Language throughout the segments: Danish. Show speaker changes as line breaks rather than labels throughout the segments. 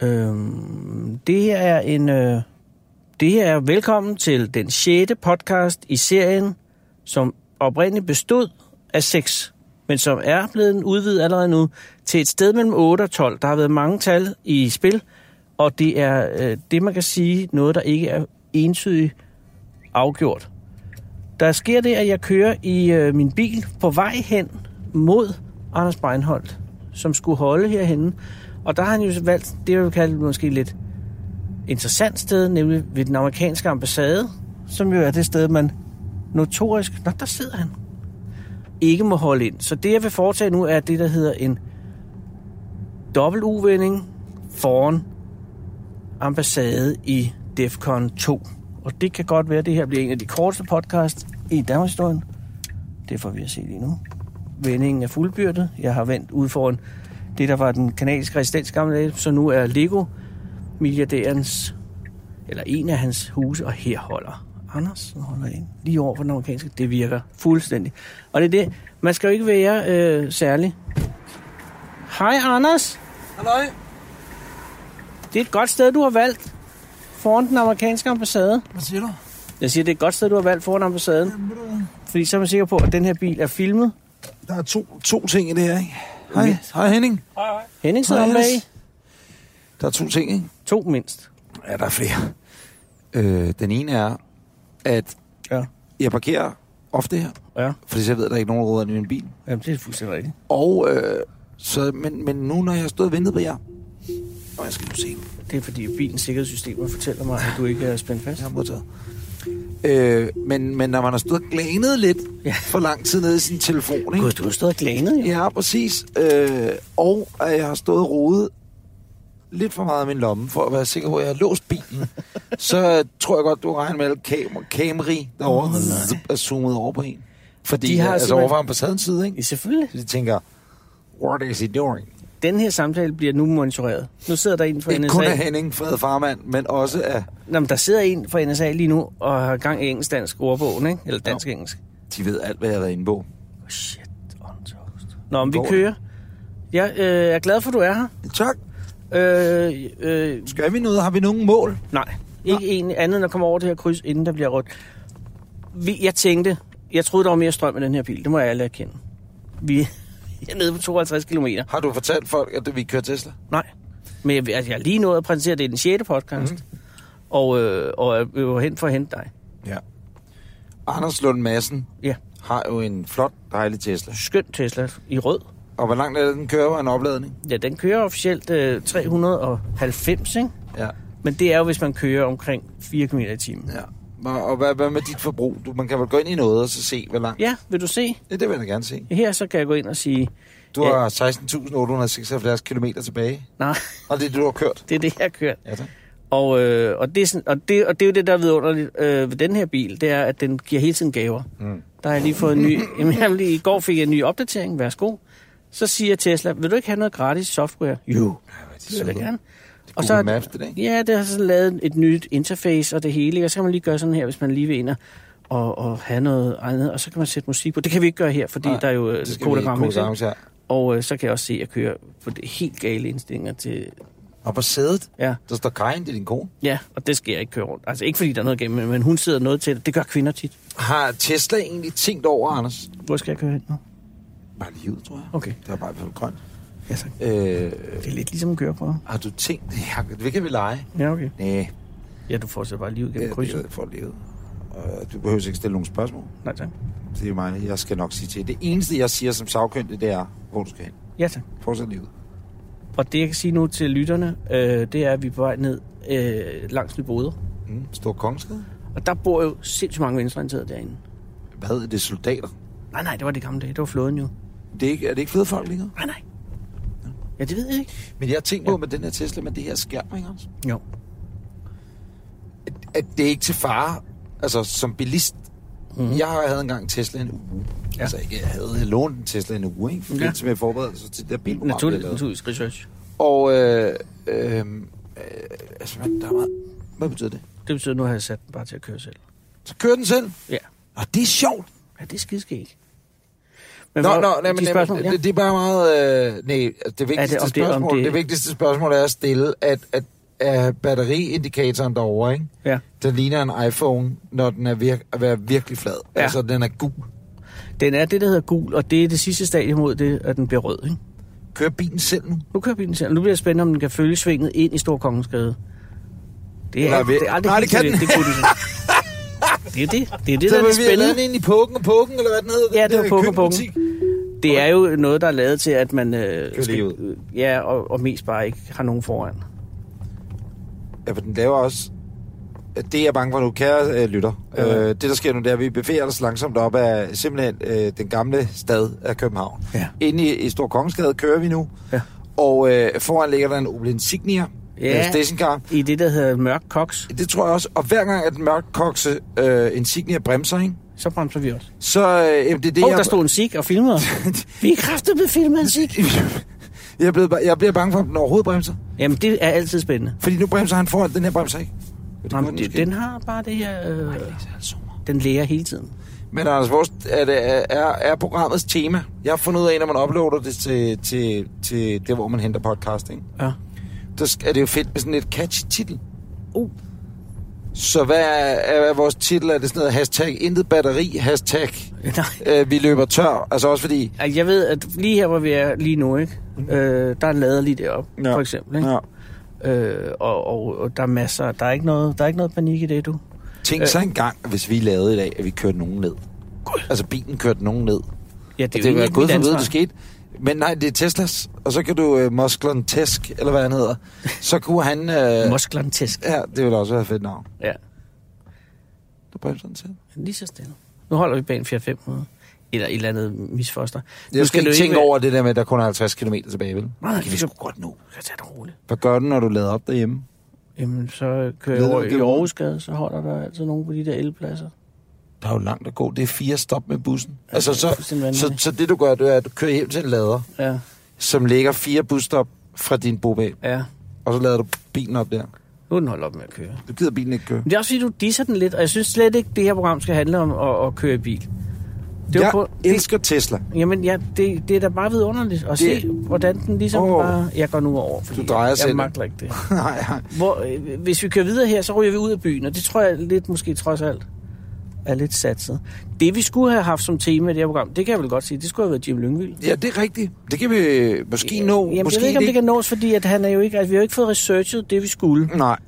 Øhm, det her er en... Øh, det her er velkommen til den sjette podcast i serien, som oprindeligt bestod af seks, men som er blevet udvidet allerede nu til et sted mellem 8 og 12. Der har været mange tal i spil, og det er øh, det, man kan sige, noget, der ikke er entydigt afgjort. Der sker det, at jeg kører i øh, min bil på vej hen mod Anders Breinholt, som skulle holde herhenne. Og der har han jo valgt det, jeg vil kalde måske lidt interessant sted, nemlig ved den amerikanske ambassade, som jo er det sted, man notorisk... Nå, der sidder han. Ikke må holde ind. Så det, jeg vil foretage nu, er det, der hedder en dobbelt uvending foran ambassade i DEFCON 2. Og det kan godt være, at det her bliver en af de korteste podcast i Danmarkshistorien. Det får vi at se lige nu. Vendingen er fuldbyrdet. Jeg har vendt ud foran det, der var den kanadiske residens gamle dage, så nu er Lego milliardærens, eller en af hans huse, og her holder Anders, nu holder jeg ind, lige over for den amerikanske. Det virker fuldstændig. Og det er det, man skal jo ikke være øh, særlig. Hej Anders,
Halløj.
det er et godt sted, du har valgt foran den amerikanske ambassade.
Hvad siger du?
Jeg siger, det er et godt sted, du har valgt foran ambassaden,
Jamen, ved du hvad?
fordi så er man sikker på, at den her bil er filmet.
Der er to, to ting i det her, ikke? Hej, hej Henning.
Henning sidder
Hej,
om bag.
Anders. Der er to ting, ikke?
To mindst.
Ja, der er flere. Øh, den ene er, at
Ja.
jeg parkerer ofte her,
Ja,
fordi så jeg ved, at der er ikke nogen råder i min bil.
Jamen, det er fuldstændig rigtigt.
Og, øh, så, men, men nu, når jeg har stået og ventet på jer... Og jeg skal nu se,
Det er fordi bilens sikkerhedssystemer fortæller mig, at du ikke er spændt fast.
jeg har modtaget. Øh, men, men når man har stået og glanet lidt
Ja.
ja. for lang tid nede i sin telefon, ikke?
Gud, du har stået og glanet, jo.
Ja, præcis. Øh, og at jeg har stået og rodet lidt for meget af min lomme, for at være sikker på, at jeg har låst bilen. så øh, tror jeg godt, du regner med alle kam- Camry derovre, oh, er zoomet over på en. Fordi,
De
de
har
har altså
simpelthen-
over for ambassadens side, ikke?
Ja, selvfølgelig.
Så de tænker, what is he doing?
Den her samtale bliver nu monitoreret. Nu sidder der en fra
Ikke kun af
NSA.
Henning, Fred Farmand, men også af...
Nå, men der sidder en fra NSA lige nu og har gang i engelsk-dansk ordbogen, ikke? Eller dansk-engelsk.
De ved alt, hvad jeg har været inde på.
Oh, shit, on toast. Nå, men vi
Hvor er det?
kører. Jeg øh, er glad for, at du er her.
Tak.
Øh, øh,
Skal vi noget? Har vi nogen mål?
nej, ikke en andet end at komme over det her kryds, inden der bliver rødt. Vi, jeg tænkte, jeg troede, der var mere strøm i den her bil. Det må jeg alle erkende. Vi er nede på 52 kilometer.
Har du fortalt folk, at vi kører Tesla?
Nej. Men jeg, altså, jeg er lige nået at præsentere, det er den 6. podcast. Mm-hmm. Og, øh, og jeg var hen for at hente dig.
Ja. Anders Lund Madsen
Ja,
har jo en flot, dejlig Tesla.
skøn Tesla i rød.
Og hvor langt er det, den kører på en opladning?
Ja, den kører officielt øh, 390, ikke?
Ja.
Men det er jo, hvis man kører omkring 4 km i timen.
ja. Og, og hvad, hvad med dit forbrug? Du, man kan vel gå ind i noget og så se, hvor langt...
Ja, vil du se?
Ja, det vil jeg da gerne se.
Her så kan jeg gå ind og sige,
Du
Ja.
har 16.876 km tilbage,
nej,
og det er det, du har kørt.
det er det, jeg har kørt.
Ja, tak.
Og, øh, og, det er sådan, og, det, og det er jo det, der er vidunderligt øh, ved den her bil, det er, at den giver hele tiden gaver. Mm. Der har jeg lige fået en ny... Jamen, jeg har lige, I går fik jeg en ny opdatering, værsgo. Så siger Tesla, vil du ikke have noget gratis software? Jo, det vil jeg da gerne.
Det
Og
og
så er-
så... Maps, det der, ikke?
Ja, det har så lavet et nyt interface og det hele, ikke? og så kan man lige gøre sådan her, hvis man lige vil ind og, og, og have noget andet, og så kan man sætte musik på. Det kan vi ikke gøre her, fordi Nej,
Nej,
der er jo øh,
Det skal vi
kodagram,
ikke
ikke?
gå til.
Og øh, så kan jeg også se, at jeg kører på det helt gale indstillinger til...
Og på sædet,
Ja,
der står Karin, det er din kone.
ja, og det skal jeg ikke køre rundt. Altså ikke fordi der er noget gennem, men hun sidder noget til det. Det gør kvinder tit.
Har Tesla egentlig tænkt over, Anders?
Hvor skal jeg køre hen nu?
Bare lige ud, tror jeg.
Okay.
Det er bare i hvert fald grønt.
Ja, tak.
Øh,
Det er lidt ligesom at køre på.
har du tænkt... Ja, det kan vi lege.
Ja, okay.
Næh,
Ja, du fortsætter bare lige ud
det
gennem
er
krydset.
det, for livet. Og du behøver ikke stille nogen spørgsmål.
Nej, tak.
Det er mig, jeg skal nok sige til. Det eneste, jeg siger som sagkyndig, det er, hvor du skal hen.
Ja, tak.
Fortsæt livet.
Og det, jeg kan sige nu til lytterne, øh, det er, at vi er på vej ned øh, langs Nyboder.
Mm. Stor kongskade.
Og der bor jo sindssygt mange venstreorienterede derinde.
Hvad hedder det? Soldater?
Nej, nej, det var det gamle dage. Det var flåden jo.
Det er, ikke, er det ikke fede folk længere?
Nej, nej. Ja, det ved jeg ikke.
Men jeg har tænkt på med den her Tesla, med det her skærm, ikke også?
Jo.
At, at det er ikke til fare, altså som bilist. Mm. Jeg havde engang Tesla en uge. Ja. Altså ikke, jeg havde jeg lånt en Tesla en uge, ikke? Fordi
Ja.
ja. med forberedelse til det der bilprogram, vi
Naturligt,
lavede.
naturligt research.
Og øh, øh, øh, altså, hvad, der er meget... hvad betyder det?
Det betyder, at nu har jeg sat den bare til at køre selv.
Så kører den selv.
Ja.
Og det er sjovt.
Ja, det er skidskægt. Men
Nå,
hvor-
nå, nej, men
de spørgsmål,
spørgsmål,
ja.
det, det er bare meget... Øh, nej, det vigtigste,
om det- om
det, spørgsmål, det...
det-
det vigtigste spørgsmål er at stille, at, at, at batteriindikatoren derovre, ikke?
ja.
Den ligner en iPhone, når den er vir- at være virkelig flad.
Ja.
Ja. Altså, den er gul.
Den er det, der hedder gul, og det er det sidste stadie mod det, at den bliver rød. Ikke?
Kører bilen selv nu?
Nu kører bilen selv. Nu bliver det spændende, om den kan følge svinget ind i Storkongensgade. Det
Eller
er,
ved-
det er aldrig
Nej,
helt
det kan
sikkert.
den.
Det, kunne den. så. det er det. Det er det,
Så
der er
vil
det
vi have lavet den
spændende.
ind i Pukken og Pukken, eller hvad den hedder?
Ja,
den
det var
der
Pukken og Pukken.
køkkenbutik.
Det er jo noget, der er lavet til, at man... Øh,
Kører lige ud.
ja, og, og mest bare ikke har nogen foran.
Ja, for den laver også... Det er jeg bange for nu, kære øh, lytter.
Ja.
Ja. Øh, det, der sker nu, det er, at vi bevæger os langsomt op af simpelthen øh, den gamle stad af København.
Ja.
Inde i, i Stor Kongensgade kører vi nu.
Ja.
Og øh, foran ligger der en Opel Insignia.
Ja.
Ja. En stationcar.
I det, der hedder mørk koks,
Det tror jeg også. Og hver gang, at den mørkkokse øh, Insignia bremser, ikke?
så bremser vi også.
så øh, jamen, det er det,
Åh, oh,
jeg...
der stod en sik og filmede os. Vi er kraftet med filmet en sik.
jeg, blev, jeg bliver bange for, om den overhovedet bremser.
Jamen, det er altid spændende.
Fordi nu bremser han foran, den her bremser ikke. Men
Det Jamen,
gør
det,
måske.
den har bare det her... Øh, den lærer hele tiden.
Men Anders Vors, er, det, er, er programmets tema? Jeg har fundet ud af, når man uploader det til, til, til det, hvor man henter podcasting.
Ja.
Der sk- er det jo fedt med sådan et catchy titel.
Uh.
Så hvad er, er vores titel? Er det sådan noget hashtag intet batteri, hashtag
Nej.
øh, vi løber tør? Altså også fordi...
Altså, jeg ved, at lige her, hvor vi er lige nu, ikke? Øh, der er en lader lige deroppe, ja. for eksempel. Ikke?
Ja.
Ja. Øh, og, og, og, der er masser. Der er, ikke noget, der er ikke noget panik i det, du.
Tænk så engang, hvis vi lavede i dag, at vi kørte nogen ned. God. Altså bilen kørte nogen ned.
Ja, det
Det, det var
egentlig
gud
mit
for ved,
ansvar.
det skete. Men nej, det er Teslas. Og så kan du øh, Mosklon Tesk, eller hvad han hedder. Så kunne han... Øh,
Musklerne tæsk.
ja, det ville også være et fedt navn.
Ja,
Du prøver sådan til.
lige så stille. Nu holder vi bag 4 500 eller et eller andet misfoster.
Jeg skal ikke
du
tænke
være-
over det der med, at der kun er 50 km tilbage, vel?
Nej,
det kan vi
så-
sgu godt nå.
Jeg kan tage det roligt.
Hvad gør du, når du lader op derhjemme?
Jamen, så kører
Ved
jeg
du,
over
det
i
er-
Aarhusgade, så holder der altid nogen på de der elpladser.
Der er jo langt at gå. Det er fire stop med bussen. Altså,
det er
så,
fuldstændig
så,
vanvittigt.
så det du gør, det er, at du kører hjem til en lader,
Ja,
som ligger fire busstop fra din bobæl.
ja.
Og så lader du bilen op der.
Nu er den holdt op med at køre.
Du gider bilen ikke køre.
Men det er også fordi, du disser den lidt, og jeg synes slet ikke, det her program skal handle om at, at køre i bil. Det er jo
Jeg
på,
elsker Tesla.
jamen, ja, det, det er da bare vidunderligt at det, se, hvordan den ligesom oh,
Åh.
bare... Jeg går nu over, fordi
Du drejer
jeg, jeg
selv.
magter ikke det.
nej, nej.
Hvor, øh, hvis vi kører videre her, så ryger vi ud af byen, og det tror jeg lidt måske trods alt er lidt satset. Det, vi skulle have haft som tema i det her program, det kan jeg vel godt sige, det skulle have været Jim Lyngvild.
Ja, det er rigtigt. Det kan vi måske nå.
Jamen,
måske
jeg ved ikke, om det
ikke.
kan nås, fordi at han er jo ikke, altså, vi har jo ikke fået researchet det, vi skulle.
Nej.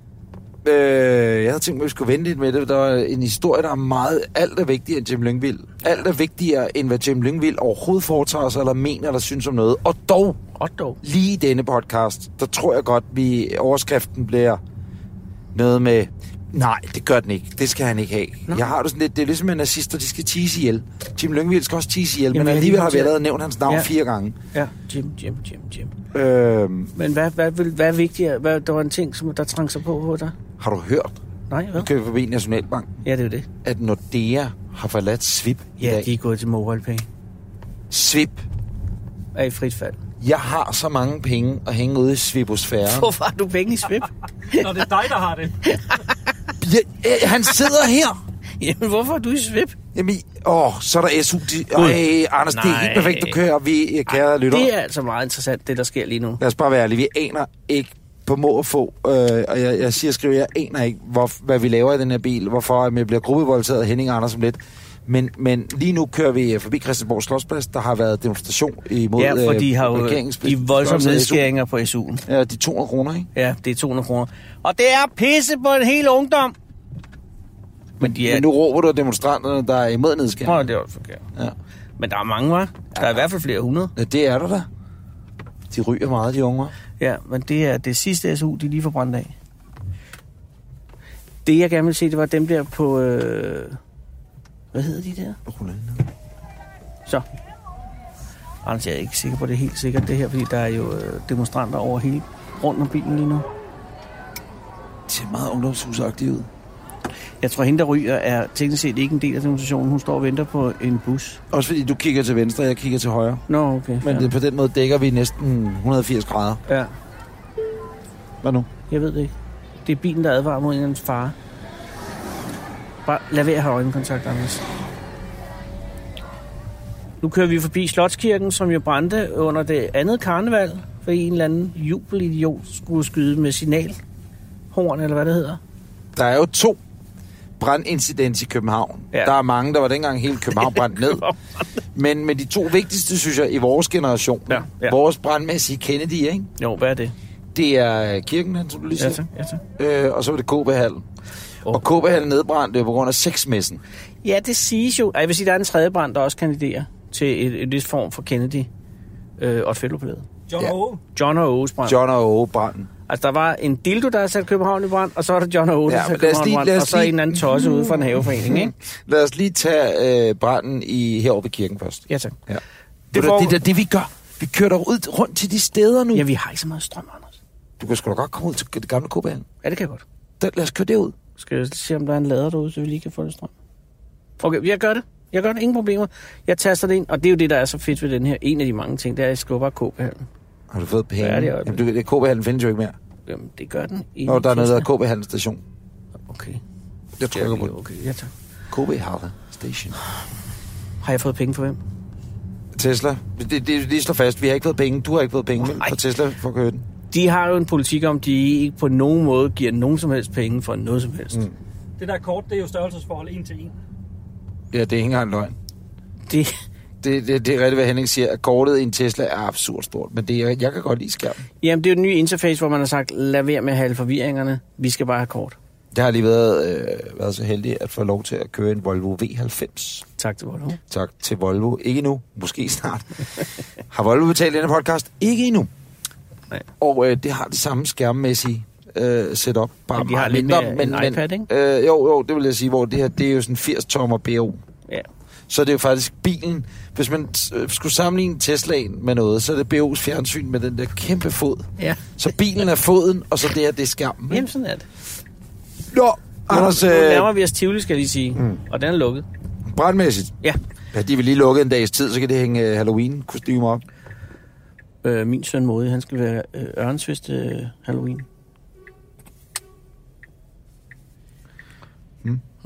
Øh, jeg havde tænkt mig, at vi skulle vente lidt med det. Der var en historie, der er meget... Alt er vigtigere end Jim Lyngvild. Alt er vigtigere, end hvad Jim Lyngvild overhovedet foretager sig, eller mener, eller synes om noget. Og dog,
Godt dog.
lige i denne podcast, der tror jeg godt, vi overskriften bliver noget med... Nej, det gør den ikke. Det skal han ikke have.
Nå.
Jeg har det sådan lidt, det er ligesom med nazister, de skal tease ihjel. Jim Lyngvild skal også tease ihjel,
Jamen,
men
jeg er lige
alligevel har
kommet
vi
til-
allerede nævnt hans navn
Ja.
ja. fire gange.
Ja, Jim, Jim, Jim, Jim.
Øh,
Men hvad, hvad, hvad, hvad er vigtigere? Hvad, der var en ting, som der trængte sig på på dig?
har du hørt?
Nej, hvad?
Nu kører vi forbi Nationalbank.
Ja, det er jo det.
at Nordea har forladt Svip i
Ja,
dag.
de er gået til MobilePay.
Svip.
Er i frit fald.
Jeg har så mange penge at hænge ude i Sviposfæren.
Hvorfor har du penge i svip?
Nå, det er dig, der har det.
Ja, øh, han sidder her.
Jamen, hvorfor er du i svip?
Jamen, åh, så er der SU. De, øj, Anders, det er
Nej.
helt perfekt, du kører. Vi jeg kære lytter.
Det er altså meget interessant, det der sker lige nu.
Lad os bare være ærlige. Vi aner ikke på må og få, øh, og jeg, jeg siger og skriver, jeg aner ikke, hvor, hvad vi laver i den her bil, hvorfor at vi bliver gruppevoldtaget af Henning og Anders om lidt. Men, men lige nu kører vi øh, forbi Christiansborg Slotsplads. Der har været demonstration imod
Ja, for de
øh,
har jo
regeringens-
de voldsomme
Slotsplads- SU.
nedskæringer på SU'en.
Ja, de 200 kroner, ikke?
Ja, det er 200 kroner. Og det er pisse på en hel ungdom! Men de
Ja.
er...
Men nu råber du af demonstranterne, der er imod nedskæring.
Nå, det var forkert.
Ja.
Men der er mange, var. Der er i hvert fald flere hundrede.
ja, det er der da. De ryger meget, de unge. hva'?
Ja, men det er det sidste SU, de lige får brændt af. Det, jeg gerne vil se, det var dem der på... Øh... Hvad hedder de der?
Rulle ind.
Så. Anders, jeg er ikke sikker på, det er helt sikkert det her, fordi der er jo øh, demonstranter over hele rundt om bilen lige nu.
De ser meget ungdomshusagtige ud.
Jeg tror, hende, der ryger, er teknisk set ikke en del af demonstrationen. Hun står og venter på en bus.
Også fordi du kigger til venstre, og jeg kigger til højre.
Nå, okay.
Men
ja.
det, på den måde dækker vi næsten 180 grader.
ja,
Hvad nu?
jeg ved det ikke. Det er bilen, der advarer mod en eller anden fare. Bare lad være at have øjenkontakt, Anders. Nu kører vi forbi Slotskirken, som jo brændte under det andet karneval, for en eller anden jubelidiot skulle skyde med signalhorn, eller hvad det hedder.
Der er jo to brandincidents i København.
Ja.
Ja. Der er mange, der var dengang hele København brændt ned. Men, men de to vigtigste, synes jeg, i vores generation,
Ja, ja.
vores brandmæssige Kennedy, ikke?
Jo, hvad er det?
det er kirken, han som du lige
Ja,
siger,
tak. Ja, tak.
øh, og så var det KB-hallen.
Åh.
Oh. Og KB-hallen nedbrændte jo på grund af sexmessen.
ja, det siges jo. Ej, Jeg vil sige, der er en tredje brand, der også kandiderer til et, et vis form for Kennedy øh, og et fælloplæde.
John
Ja.
ja. O.
John og O's brand.
John og Åge branden.
Altså, der var en dildo, der havde sat København i brand, og så var der John og O's, der
Ja,
satte
men lad os
København i
lige-
brand,
lad os
og så en
lige-
eller anden tosse ude for en haveforening, ikke?
Lad os lige tage øh, branden i, heroppe i kirken først.
Ja, tak.
Ja.
Det
Det,
får-
for... det, det er det, vi gør. Vi kører der ud, rundt til de steder nu.
Ja,
Jamen.
vi har ikke så meget strøm, Anders.
Du kan sgu da godt komme ud til det gamle KB-hallen.
Ja, det kan jeg godt.
Der, lad os køre derud.
Skal jeg se, om der er en lader derude, så vi lige kan få lidt strøm? Okay, jeg gør det. Jeg gør det. Ingen problemer. Jeg taster det ind, og det er jo det, der er så fedt ved den her. En af de mange ting, det er, at jeg skriver bare KB her.
Har du fået penge?
Ja, det er-
Jamen, du, det, KB-hallen findes jo ikke mere.
Jamen, det gør den. i
Nå, der er noget, der
Tesla.
hedder KB-hallen station.
Okay.
Jeg
Det er
trykker på
lige okay. Ja, tak.
KB-hallen station.
Har jeg fået penge for hvem?
Tesla. Det, det, det lige slår fast. Vi har ikke fået penge. Du har ikke fået penge
Nej.
fra Tesla for at køre den.
De har jo en politik om, de ikke på nogen måde giver nogen som helst penge for noget som helst. Mm.
Det der kort, det er jo størrelsesforhold 1 til 1.
Ja, det er ikke engang løgn.
Det,
Det, det, det er rigtigt, hvad Henning siger. At kortet i en Tesla er absurd stort, men det, er- jeg kan godt lide skærmen.
jamen, det er jo den nye interface, hvor man har sagt, lad være med at have alle forvirringerne. Vi skal bare have kort.
Jeg har lige været, øh, været så heldig at få lov til at køre en Volvo V90.
Tak til Volvo.
Tak til Volvo. Ikke nu, måske snart. har Volvo betalt denne podcast? Ikke endnu.
Nej.
Og øh, det har det samme skærmmæssige øh, setup. Bare
Men de
meget
har lidt
mindre,
mere en iPad,
ikke? Øh, jo, jo, det vil jeg sige, hvor det her det er jo sådan 80-tommer BO.
Ja.
så er det jo faktisk bilen. Hvis man øh, skulle sammenligne Teslaen med noget, så er det BO's fjernsyn med den der kæmpe fod.
Ja.
Så bilen er foden, og så det her, det er skærmen.
Jamen, sådan er det.
Nå, Anders,
Nu laver
øh,
vi os Tivoli, skal jeg lige sige. Mm. Og den er lukket.
brandmæssigt.
Ja.
Ja, de vil lige lukke en dags tid, så kan det hænge øh, Halloween-kostymer op.
Øh, min søn Mode, han skal være øh, Ørnsvist øh, Halloween.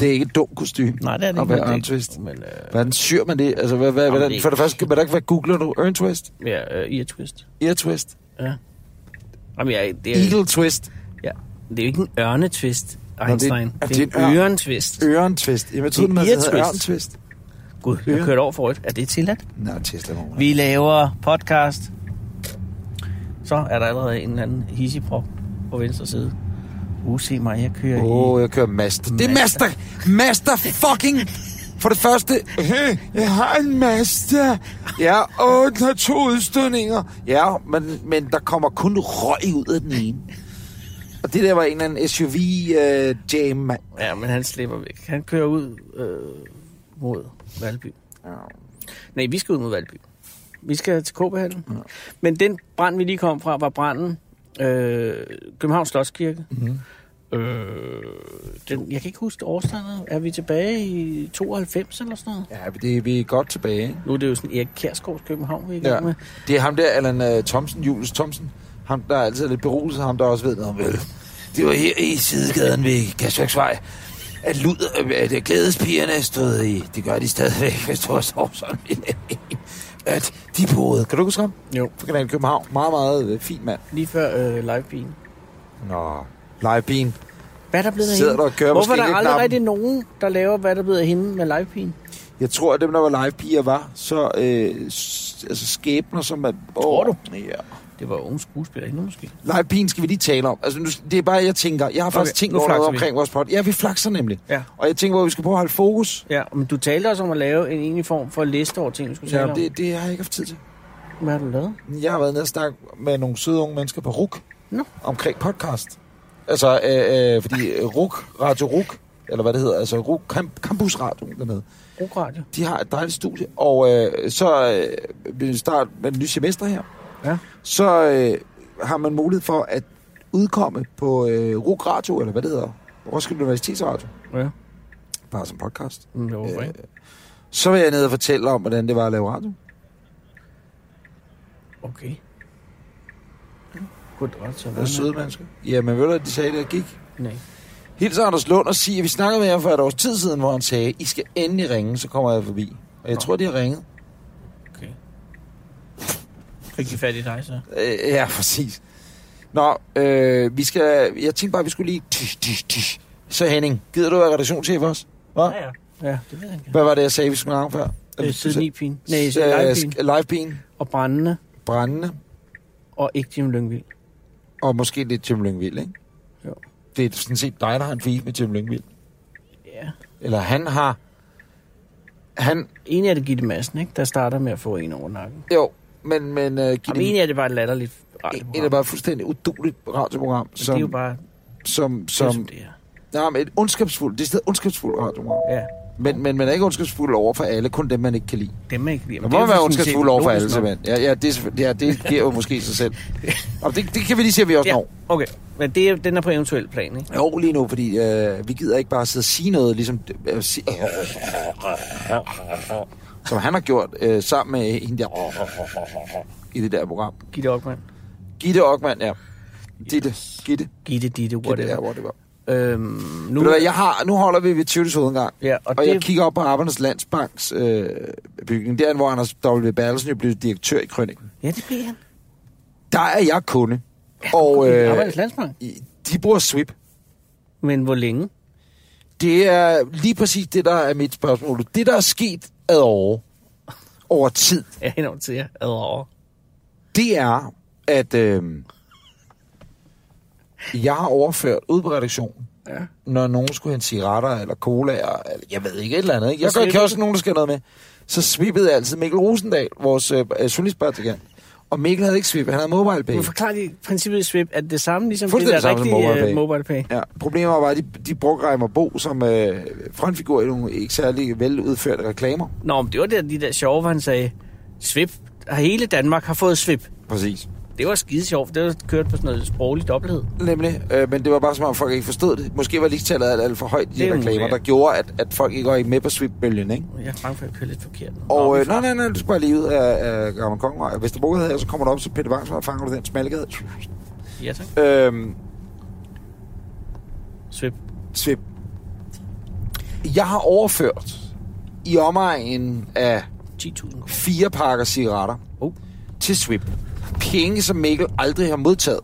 Det er ikke et dumt kostume.
Nej, det er det
Og
ikke.
hvad er
det er ikke.
Ørntvist?
Men, øh,
Hvordan syr man det? Altså, hvad, hvad,
Jamen,
hvordan,
det-
for det første, hvad, hvad googler du? Earn twist?
ja, øh, ear twist.
Ear twist?
Ja. Jamen, jeg, det, er,
Eagle twist?
ja, det er jo ikke en ørnetvist, Einstein.
det er-
det, er
det er en
en
ørn.
ørentvist.
Øren twist? Jamen, jeg troede,
Det er
man
ear
hedder
twist.
Earn twist.
Gud, jeg
Øre.
kørte over for et. Er det tilladt?
Nå, Tesla må man.
Vi laver podcast. Så er der allerede en eller anden hisseprop på venstre side. Uh, se mig, jeg kører
Åh,
i...
oh, jeg kører Mazda. Det er Mazda. Mazda fucking... For det første, hey, jeg har en Mazda. Ja, og den har to udstødninger. Ja, men, men der kommer kun røg ud af den ene. Og det der var en eller anden SUV-jam, uh, mand.
Ja, men han slipper væk. Han kører ud øh, mod Valby.
Ja.
Nej, vi skal ud mod Valby. Vi skal til Kåbehallen. Ja. Men den brand, vi lige kom fra, var branden øh, Københavns Slotskirke. Mm-hmm. Øh, den, jeg kan ikke huske årstandet. Er vi tilbage i 92 eller sådan noget?
Ja, det, vi er godt tilbage, ikke?
Nu er det jo sådan Erik Kjærsgaards København, vi er i
Ja.
gang med.
Det er ham der, Allan uh, Thomsen, Julius Thomsen. Ham, der er altid lidt beruset, ham der også ved noget om øl. Det var her i sidegaden ved Gasværksvej, at, lud, at øh, glædespigerne stod i. Det gør de stadigvæk, hvis du har sovet sådan en At de boede. Kan du huske ham?
Jo.
Fra Kanal København. Meget, meget øh, fin mand.
Lige før øh, livebilen.
Nå. Lejebilen.
Hvad er der blevet af
Sidder
hende?
der og kører
Hvorfor er
måske
der
ikke
aldrig
knappen?
rigtig nogen, der laver, hvad der er blevet af hende med livebilen?
Jeg tror, at dem, der var livepiger, var så øh, s- altså skæbner, som at...
Tror du?
Ja.
Det var unge skuespillere endnu måske.
Lejepigen skal vi lige tale om. Altså, nu, det er bare, jeg tænker. Jeg har
Okay,
faktisk okay, tænkt
nu
over noget
flakser vi.
omkring vores podcast. Ja, vi flakser nemlig.
Ja.
Og jeg tænker, hvor vi skal prøve at holde fokus.
Ja, men du talte også om at lave en egentlig form for liste over ting, vi skulle tale
Ja,
om.
det, det har jeg ikke haft tid til.
Hvad har du lavet?
Jeg har været nede og snakke med nogle søde unge mennesker på RUK
Nå.
omkring podcast. Altså, øh, øh, fordi øh, RUK, Radio RUK, eller hvad det hedder, altså RUK, Camp, Campus Radio dernede,
God radio.
de har et dejligt studie. Og øh, så øh, vi starter med det nye semester her.
Ja.
Så øh, har man mulighed for at udkomme på øh, RUK Radio, eller hvad det hedder, Roskilde Universitetsradio,
Ja.
bare som podcast.
Mm, det var
Øh,
øh,
Så vil jeg ned og fortælle om, hvordan det var at lave radio.
Okay. Godt også at
Det er søde mennesker. Jamen, ved du, hvad de sagde, der gik?
Nej.
Hils Anders Lund og siger, vi snakkede med jer for et års tid siden, hvor han sagde, I skal endelig ringe, så kommer jeg forbi. Og jeg tror, de har ringet.
Fik de fat i dig, så?
Øh, ja, præcis. Nå, øh, vi skal, jeg tænkte bare, at vi skulle lige... Så Henning, gider du være redaktionschef også? Hva?
Ja, ja.
Ja, det ved jeg ikke.
Hvad var det, jeg sagde, vi skulle navne før?
Øh, siden i pin. Nej,
Øh,
siden i pin.
sk- Livepin,
Og brændende,
brændende,
og ikke Jim Lyngvild.
og måske lidt Jim Lyngvild, ikke?
Jo.
Det er sådan set dig, der har en fie med Jim Lyngvild.
Ja.
Eller han har... Han...
Egentlig er det Gitte Madsen, ikke? Der starter med at få en over nakken.
Jo, men... men uh,
Jamen, egentlig er det bare et latterligt radioprogram.
det er bare et fuldstændig uduligt radioprogram,
Men det er jo
som,
bare
som,
som,
som,
det, er.
nej, men et ondskabsfuldt, det er stadig ondskabsfuldt radioprogram.
Ja,
Men, men man er ikke ondskabsfuld over for alle, kun dem, man ikke kan lide.
dem er ligesom ikke lige.
Man må være ondskabsfuld over for alle, simpelthen. Ja, ja, det, er selvfø- ja, det giver jo måske sig selv. Og det, det kan vi lige se, at vi også
Ja.
ja. når.
Okay, men det er, den er på eventuel plan, ikke?
Jo, lige nu, fordi øh, vi gider ikke bare sidde og sige noget, ligesom øh, si- som han har gjort øh, sammen med hende der i det der program.
Gitte Ockmann.
Gitte Ockmann, ja. Ditte, Gitte,
Gitte, Ditte,
Gitte, ja,
whatever.
whatever.
Øhm, nu,
Ved du hvad, jeg har, nu holder vi ved Tivoli's hovedgang.
ja, og,
Og
det,
jeg kigger op på Arbejdernes Landsbanks øh, bygning. Det er, hvor Anders W. Bertelsen jo blev direktør i Krøniken.
ja, det bliver han.
Der er jeg kunde. Og
Øh,
øh,
Arbejdernes Landsbank.
i- de bruger SWIP.
Men hvor længe?
Det er lige præcis det, der er mit spørgsmål. Det, der er sket ad år, over tid,
Ja, henover til jer. Ad over.
det er, at øh, jeg har overført ud på redaktionen,
Ja.
når nogen skulle hente cigaretter eller colaer, eller jeg ved ikke, et eller andet. Ikke? Jeg
Så
gør i
svippede
kiosken nogen, der skal have noget med. Så svippede jeg altid Mikkel Rosendal, vores øh, øh, journalistpraktikant. Og Mikkel havde ikke svippet, han havde mobile pay.
Men forklar lige princippet i Swip. Er det det samme, ligesom det
Fuldstændig
der
samme som
rigtige
mobile
mobile,
pay.
mobile pay?
Ja, problemet var bare, at de, de brugte Reimer Bo som øh, frontfigur i nogle ikke særlig veludførte reklamer.
Nå, men det var der, de der sjove, hvor han sagde, Swip, hele Danmark har fået Swip.
Præcis.
Det var skide sjovt. Det var kørt på sådan noget sproglig dobbelthed.
Nemlig, øh, men det var bare som om folk ikke forstod det. Måske var ligtallet alt, alt for højt i
Det er
de reklamer,
muligt, ja.
der gjorde, at, at folk ikke var med på sweep-bølgen, ikke?
Jeg er bange for, at jeg kører lidt forkert. nu. Nå,
Og
vi
øh, nej, nej, nej, du skal bare lige ud af, af Gamle Kongevej. Hvis der bruger her, så kommer du op til Peter Bangsvej, og fanger du den smalle gade.
får- Ja, tak.
Øhm,
Swip.
svip. Jeg har overført i omegnen af
10.000 kroner.
fire pakker cigaretter
Oh.
til Swip. Penge, som Mikkel aldrig har modtaget.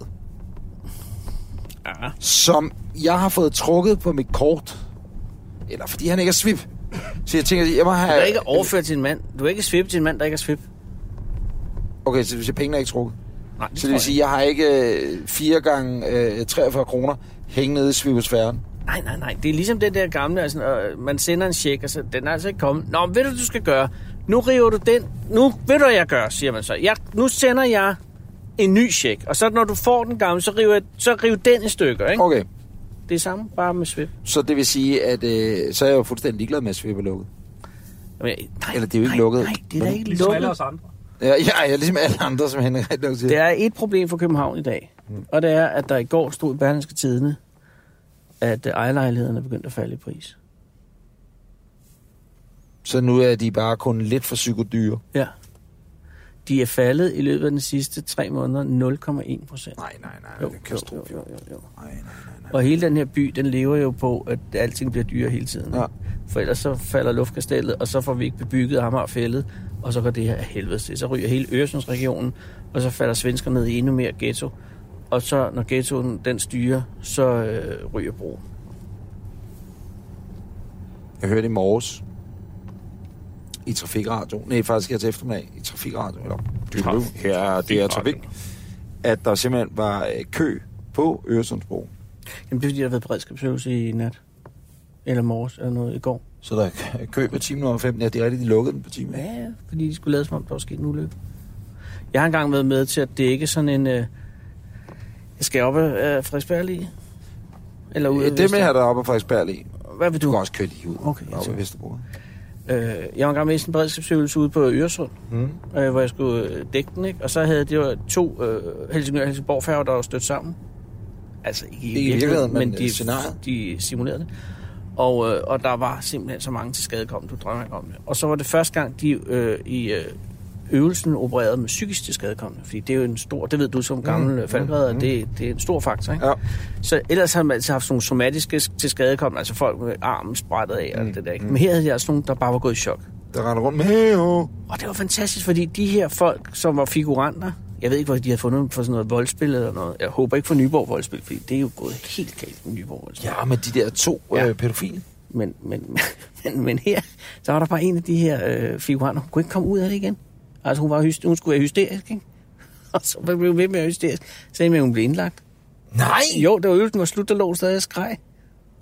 Ja.
som jeg har fået trukket på mit kort. Eller fordi han ikke er svip. Så jeg tænker, jeg må
Du
have...
er ikke overført til en mand. Du er ikke svip til en mand, der ikke er svip.
Okay, så det vil sige, pengene er ikke trukket.
Nej, det
Så det vil sige, jeg har ikke øh, 4 gange øh, 43 kroner hængende nede i svipesfæren.
Nej, nej, nej. Det er ligesom det der gamle, altså, øh, man sender en check, og så, den er altså ikke kommet. Nå, men ved du, hvad du skal gøre? Nu river du den. Nu ved du, hvad jeg gør, siger man så. Jeg, nu sender jeg en ny check, og så når du får den gamle, så river, jeg, så river den i stykker, ikke?
Okay,
Det er samme, bare med svip.
så det vil sige, at øh, så er jeg jo fuldstændig ligeglad med, at svip er lukket.
Jamen, jeg- nej,
Eller det er jo ikke
nej,
lukket.
Nej, det er da
Men-
ikke
Ligesom alle
lukket.
os andre.
Ja, ja, jeg er ligesom alle andre, som Henrik rigtig nok siger.
Der er et problem for København i dag,
Mm.
og det er, at der i går stod i Berlingske Tidene, at øh, ejerlejlighederne er begyndt at falde i pris.
Så nu er de bare kun lidt for psykodyre.
Ja. De er faldet i løbet af den sidste tre måneder 0,1 procent.
Nej, nej, nej,
Jo,
det er
jo,
katastrofe.
jo, jo, jo, jo.
Nej, nej, nej, nej.
Og hele den her by, den lever jo på, at alting bliver dyrere hele tiden.
Ja.
For ellers så falder luftkastellet, og så får vi ikke bebygget Amagerfællet, og så går det her af helvede til. Så ryger hele Øresundsregionen, og så falder svensker ned i endnu mere ghetto. Og så, når ghettoen den styrer, så øh, ryger bro.
Jeg hørte i morges i trafikradio, nej faktisk her til eftermiddag i trafikradio, eller
Traf-
her er det
altså
er trafik, at der simpelthen var øh, kø på Øresundsbroen.
Jamen, det er fordi, der har været beredskabsøvelse i nat. Eller morges, eller noget i går.
Så der er kø- kø på time nummer 5. Ja, det er rigtigt, de lukkede den på timen.
Ja, ja, fordi de skulle lade som om, der var sket en ulykke. Jeg har engang været med til at dække sådan en... Øh, jeg skal op af øh, Frederiksberg lige. Eller ud af
Det med her deroppe af Frederiksberg lige.
Hvad vil
Du kan
du?
også køre lige ud
Okay, jeg
oppe
tænker.
i Vesterbro.
Øh, jeg var engang med i sådan en beredskabsøvelse ude på Øresund,
Mm.
øh, hvor jeg skulle øh, dække den, ikke? Og så havde det var to øh, Helsingør og Helsingborg færger, der var stødt sammen. Altså ikke i
i virkeligheden, men øh,
de,
scenariet.
de simulerede det. Og, øh, og der var simpelthen så mange til skade kom, du drømmer ikke om det. Og så var det første gang, de øh, i øh, øvelsen opererede med psykisk tilskadekommende, fordi det er jo en stor, det ved du som gammel mm, faldredder, mm, det, det er en stor faktor, ikke?
Ja.
Så ellers har man altså haft sådan nogle somatiske tilskadekommende, altså folk med armen sprættet af og alt det der, ikke? Men her havde jeg altså nogen, der bare var gået i chok.
Der render rundt med, hey,
Og det var fantastisk, fordi de her folk, som var figuranter, Jeg ved ikke, hvor de har fundet dem for sådan noget voldspil eller noget. Jeg håber ikke for Nyborg voldspil, fordi det er jo gået helt galt med Nyborg voldspil.
Ja, men de der to
Ja.
ja. øh, pædofile.
Men, men, men, men her, der var der bare en af de her øh, figurer, hun kunne ikke komme ud af det igen. Altså, hun, var hyst- hun skulle være hysterisk, ikke? Og så blev hun ved med at være hysterisk, selvom hun blev indlagt.
Nej!
Jo, det var øvelsen var slut, der lå hun stadig og skreg.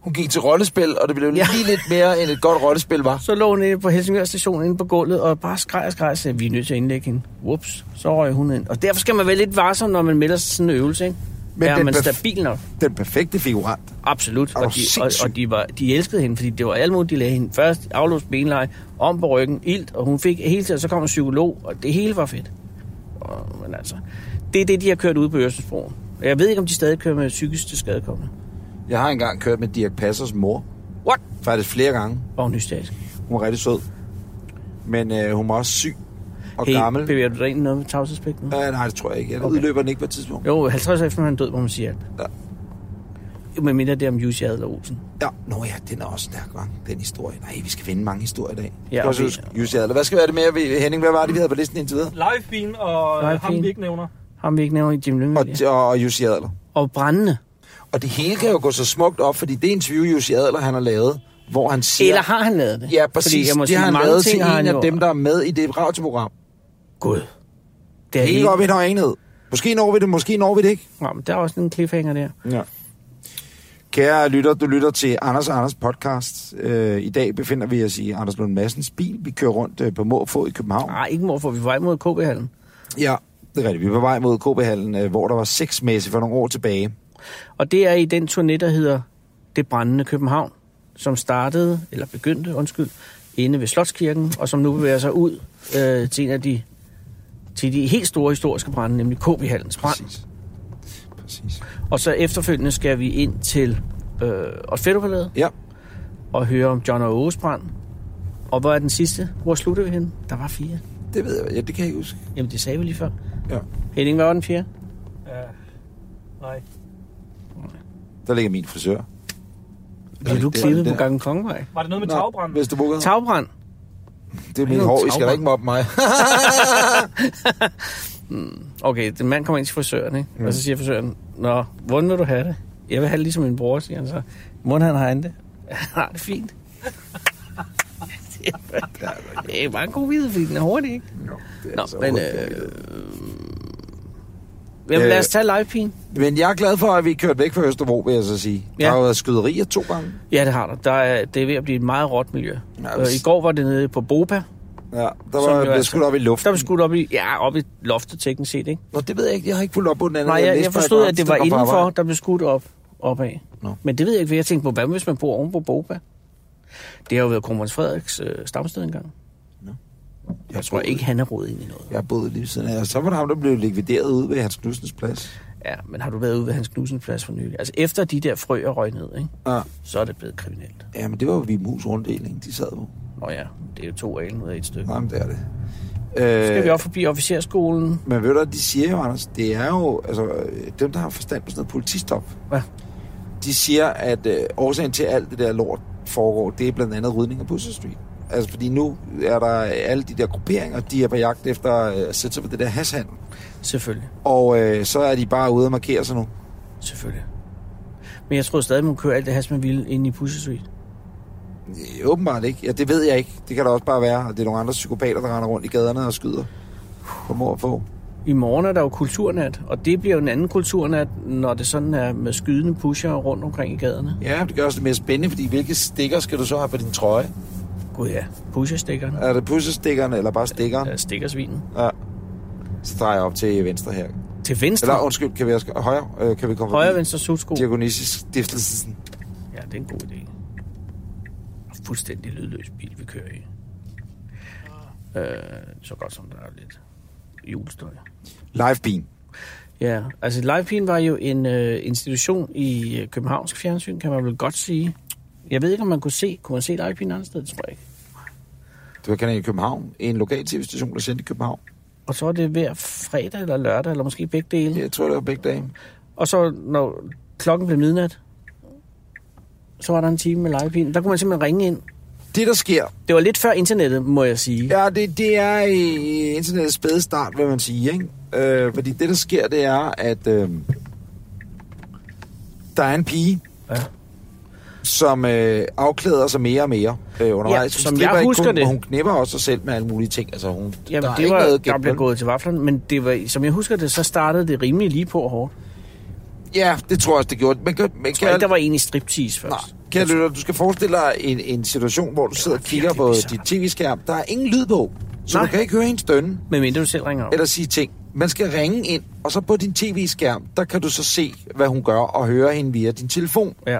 Hun gik til rollespil, og det blev
Ja.
ja. lige lidt mere, end et godt rollespil var.
Så lå hun inde på Helsingør station inde på gulvet og bare skreg og skreg og sagde, vi er nødt til at indlægge hende. Whoops, så røg hun ind. Og derfor skal man være lidt varsom, når man melder sig til sådan en øvelse, ikke? Men
Men
er
den
man
bef-
stabil nok?
Den perfekte figurant.
Absolut.
Er
Og
du
de, og, og
sindssyg?
de, var, de elskede hende, fordi det var alt muligt, de lagde hende. Først aflåst benleje, om på ryggen, ilt, og hun fik hele tiden, og så kom en psykolog, og det hele var fedt. Og, men altså, det er det, de har kørt ud på Øresundsbroen. Og Jeg ved ikke, om de stadig kører med psykisk til skadekommende.
Jeg har engang kørt med Dirk Passers mor.
What?
Faktisk flere gange.
Og hun hysterisk.
Hun var rigtig sød. Men øh, hun var også syg og hey, gammel.
bevæger du dig ind i noget med tavshedspligt nu?
Ja, nej, det tror jeg ikke. Jeg
Okay.
okay. udløber den ikke på et tidspunkt.
Jo, 50 år efter han er død, må man sige alt.
Ja.
Jo, Med mindre det er om Jussi Adler Olsen.
Ja, nå ja, den er også stærk, hva'? Den historie. Nej, vi skal vinde mange historier i dag.
Ja,
Ja,
og
også
vi-
huske, Jussi Adler. Hvad skal være det mere? Vi- Henning, hvad var det, vi havde på listen indtil videre?
Livebeam og
Live
Live ham,
Bean.
vi ikke nævner.
Ham vi ikke nævner i Jim
Og,
Lyngvild. ja.
og, og Jussi Adler.
Og brændende.
Og det hele kan jo gå så smukt op, fordi det er en tvivl, Jussi Adler, han har lavet, hvor han siger...
Eller har han lavet det?
Ja, præcis.
Fordi jeg må
det
sige,
har han
mange
lavet
ting
til
har
en
han
af
jo-
dem, der er med i det radioprogram.
Gud. Det er
Helt
helt...
op i en høj enhed. Måske når vi det, måske når vi det ikke.
Nå, men der er også en cliffhanger der.
Ja. Kære lytter, du lytter til Anders og Anders podcast. Øh, I dag befinder vi os i Anders Lund Massens bil. Vi kører rundt øh, på Måfod i København.
Nej, ikke morfor. Vi er på vej mod KB-hallen.
Ja, det er rigtigt. Vi er på vej mod KB-hallen, øh, hvor der var sexmesse for nogle år tilbage.
Og det er i den turné, der hedder Det Brændende København, som startede, eller begyndte, undskyld, inde ved Slotskirken, og som nu bevæger sig ud øh, til en af de til de helt store historiske brænde, nemlig KB-hallens brand.
Præcis. Præcis.
Og så efterfølgende skal vi ind til øh, Otfeldpalæet
Ja,
og høre om John og Åges brand. Og hvor er den sidste? Hvor slutter vi henne? Der var fire.
det ved jeg. Ja, det kan jeg ikke huske.
Jamen, det sagde vi lige før.
Ja.
Henning, hvad var den fjerde?
Ja. Nej.
Der ligger min frisør.
Bliver du
det er-
klippet
det
på
er-
Gangen Kongevej?
Var det noget med
Nå,
tagbrand?
Hvis du bukker.
Tagbrand.
Det er min
Ej,
hår. I skal da
tagbrand.
ikke mobbe mig.
Okay, den mand kommer ind til frisøren, ikke? Mm. Og så siger frisøren, Nå, hvordan vil du have det? Jeg vil have det ligesom min bror, siger han så. Hvordan han har det? Han har det fint. det er bare en god vide, fordi den er hurtig, ikke?
Nå, det er
Nå,
altså
men... Øh,
overhovedet-
jamen,
Øh,
lad os tage livepigen.
Men jeg er glad for, at vi er kørt væk fra Østerbro, vil jeg så sige.
Ja.
Ja. Der har jo været skyderier to gange.
Ja, det har der. der er, det er ved at blive et meget råt miljø.
Ja,
øh, I går var det nede på Boba.
Ja, der
Som jo
var blevet
altså-
skudt op i luften.
Der blev skudt op i, ja, op i loftet teknisk set, ikke?
Nå, det ved jeg ikke. Jeg har ikke fulgt op på den anden.
Nej, jeg,
læste
jeg forstod,
bare,
at det var
den på
indenfor,
arbejde.
der blev skudt op, opad.
Nå.
Men det ved jeg ikke, hvad jeg tænkte på. Hvad hvis man bor oven på Boba? Det har jo været Kronprins Frederiks øh, stamsted engang. Jeg tror
boede-
ikke, han er rodet ind i noget.
Jeg boede lige ved siden af. Og så var der ham, der blev likvideret ude ved Hans Knudsens plads.
Ja, men har du været ude ved hans knusenplads for nylig? Altså efter de der frøer røg ned, ikke?
Ja.
så er det blevet kriminelt.
Ja, men det var jo Vimhus Runddeling, de sad på.
Nå ja, det er jo to alen ud af et stykke.
Nej, men det er det.
Så skal
Øh,
vi op forbi officerskolen.
Men ved du, de siger jo, Anders, det er jo, altså, øh, dem, der har forstand på sådan noget politistop,
Ja.
de siger, at øh, årsagen til alt det der lort foregår, det er blandt andet rydning af Pusher Street. Altså, fordi nu er der alle de der grupperinger, de er på jagt efter øh, at sætte sig på det der hashandel.
Selvfølgelig,
Og øh, så er de bare ude og markere sig nu.
selvfølgelig. Men jeg tror stadig, man kører alt det has, man ville ind i Pusher Street.
Øh, Åbenbart ikke. Ja, det ved jeg ikke. Det kan der også bare være. Og det er nogle andre psykopater, der render rundt i gaderne og skyder på mor og få.
I morgen er der jo kulturnat, og det bliver jo en anden kulturnat, når det sådan er med skydende pusher rundt omkring i gaderne.
Ja, det gør også det mere spændende, fordi hvilke stikker skal du så have på din trøje?
Gud ja, pusherstikkerne.
Er det pussestikkerne eller bare stikkeren?
Ja. Stikkersvinen.
Ja. Så drejer jeg op til venstre her.
Til venstre.
Eller undskyld, kan vi også højre? Øh, kan vi komme
Højre
forbi?
venstre sutsko.
Diakonistisk stiftelsen.
Ja, det er en god idé. Fuldstændig lydløs bil, vi kører i. Øh, så godt som der er lidt julestøj.
Live beam.
Ja, altså Livepin var jo en øh, institution i øh, københavnsk fjernsyn, kan man vel godt sige. Jeg ved ikke, om man kunne se, kunne man se Livepin andre steder, det tror jeg ikke.
Det var kanal i København. En lokal tv-station, der sendte i København.
Og så er det hver fredag eller lørdag, eller måske begge dele.
Jeg tror, det var begge dage.
Og så når klokken blev midnat, så var der en time med Livepin. Der kunne man simpelthen ringe ind.
Det, der sker,
Det var lidt før internettet, må jeg sige.
ja, det, det er i internettets spæde øh, start, vil man sige. Ikke? Øh, fordi det, der sker, det er, at øh, der er en pige,
Ja.
som øh, afklæder sig mere og mere øh, undervejs.
som jeg
slipper
husker
kun,
det.
Hun knipper også sig selv med alle mulige ting. Altså, hun,
Jamen,
er
det
ikke
var,
noget
der
gemt
blev
på
gået til vaflerne, men det var, som jeg husker det, så startede det rimelig lige på og hårdt. Jeg
det. Ja, det tror jeg også, det gjorde. Men, kan, men
tror ikke,
kan,
der var en i striptease først.
Nej, kære lytter, du skal forestille dig en, en situation, hvor du sidder og kigger
virkelig
på
bizarrt.
dit tv-skærm. Der er ingen lyd på, så
Nej.
du kan ikke høre hendes dønne
Medmindre du selv ringer op.
eller sige ting. Man skal ringe ind, og så på din tv-skærm, der kan du så se, hvad hun gør, og høre hende via din telefon.
Ja.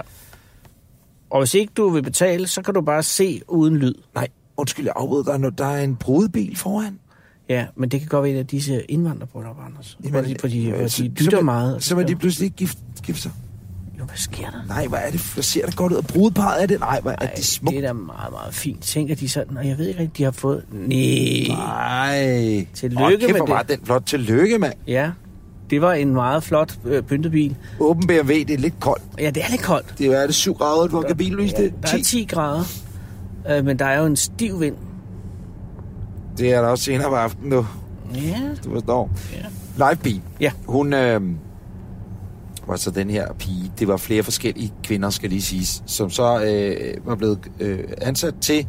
Og hvis ikke du vil betale, så kan du bare se uden lyd.
Nej, undskyld, jeg afbryder dig, når der er en brudebil foran.
Ja, men det kan godt være, at disse indvandrerbryllupper, Anders. Jamen, fordi, fordi,
øh,
fordi
så-
de
så
lytter
vil-
meget. og
Så vil de
tænker,
pludselig ikke gift, gift sig.
Jo, hvad sker der?
Nej, hvad er det? Hvad ser det godt ud? Og brudeparret er det? Nej, hvad er
Ej,
det smukt?
det er da meget, meget fint. Tænker de sådan, og jeg ved ikke rigtigt, de har fået... Nej.
Nej.
Tillykke
Åh, kæft,
med
hvor
det.
var den flot. Tillykke, mand.
Ja, det var en meget flot øh, pyntet bil.
Åben BMW, det er lidt koldt.
Ja, det er lidt koldt.
Det er, hvad er det 7 grader, hvor kan bilen lyse
Ja,
det?
der
10.
er 10 grader, øh, men der er jo en stiv vind.
Det er der også senere på aftenen nu,
Ja,
du forstår.
Ja.
Live pige.
Ja.
Hun øh, var så den her pige. Det var flere forskellige kvinder, skal lige siges, som så øh, var blevet øh, ansat til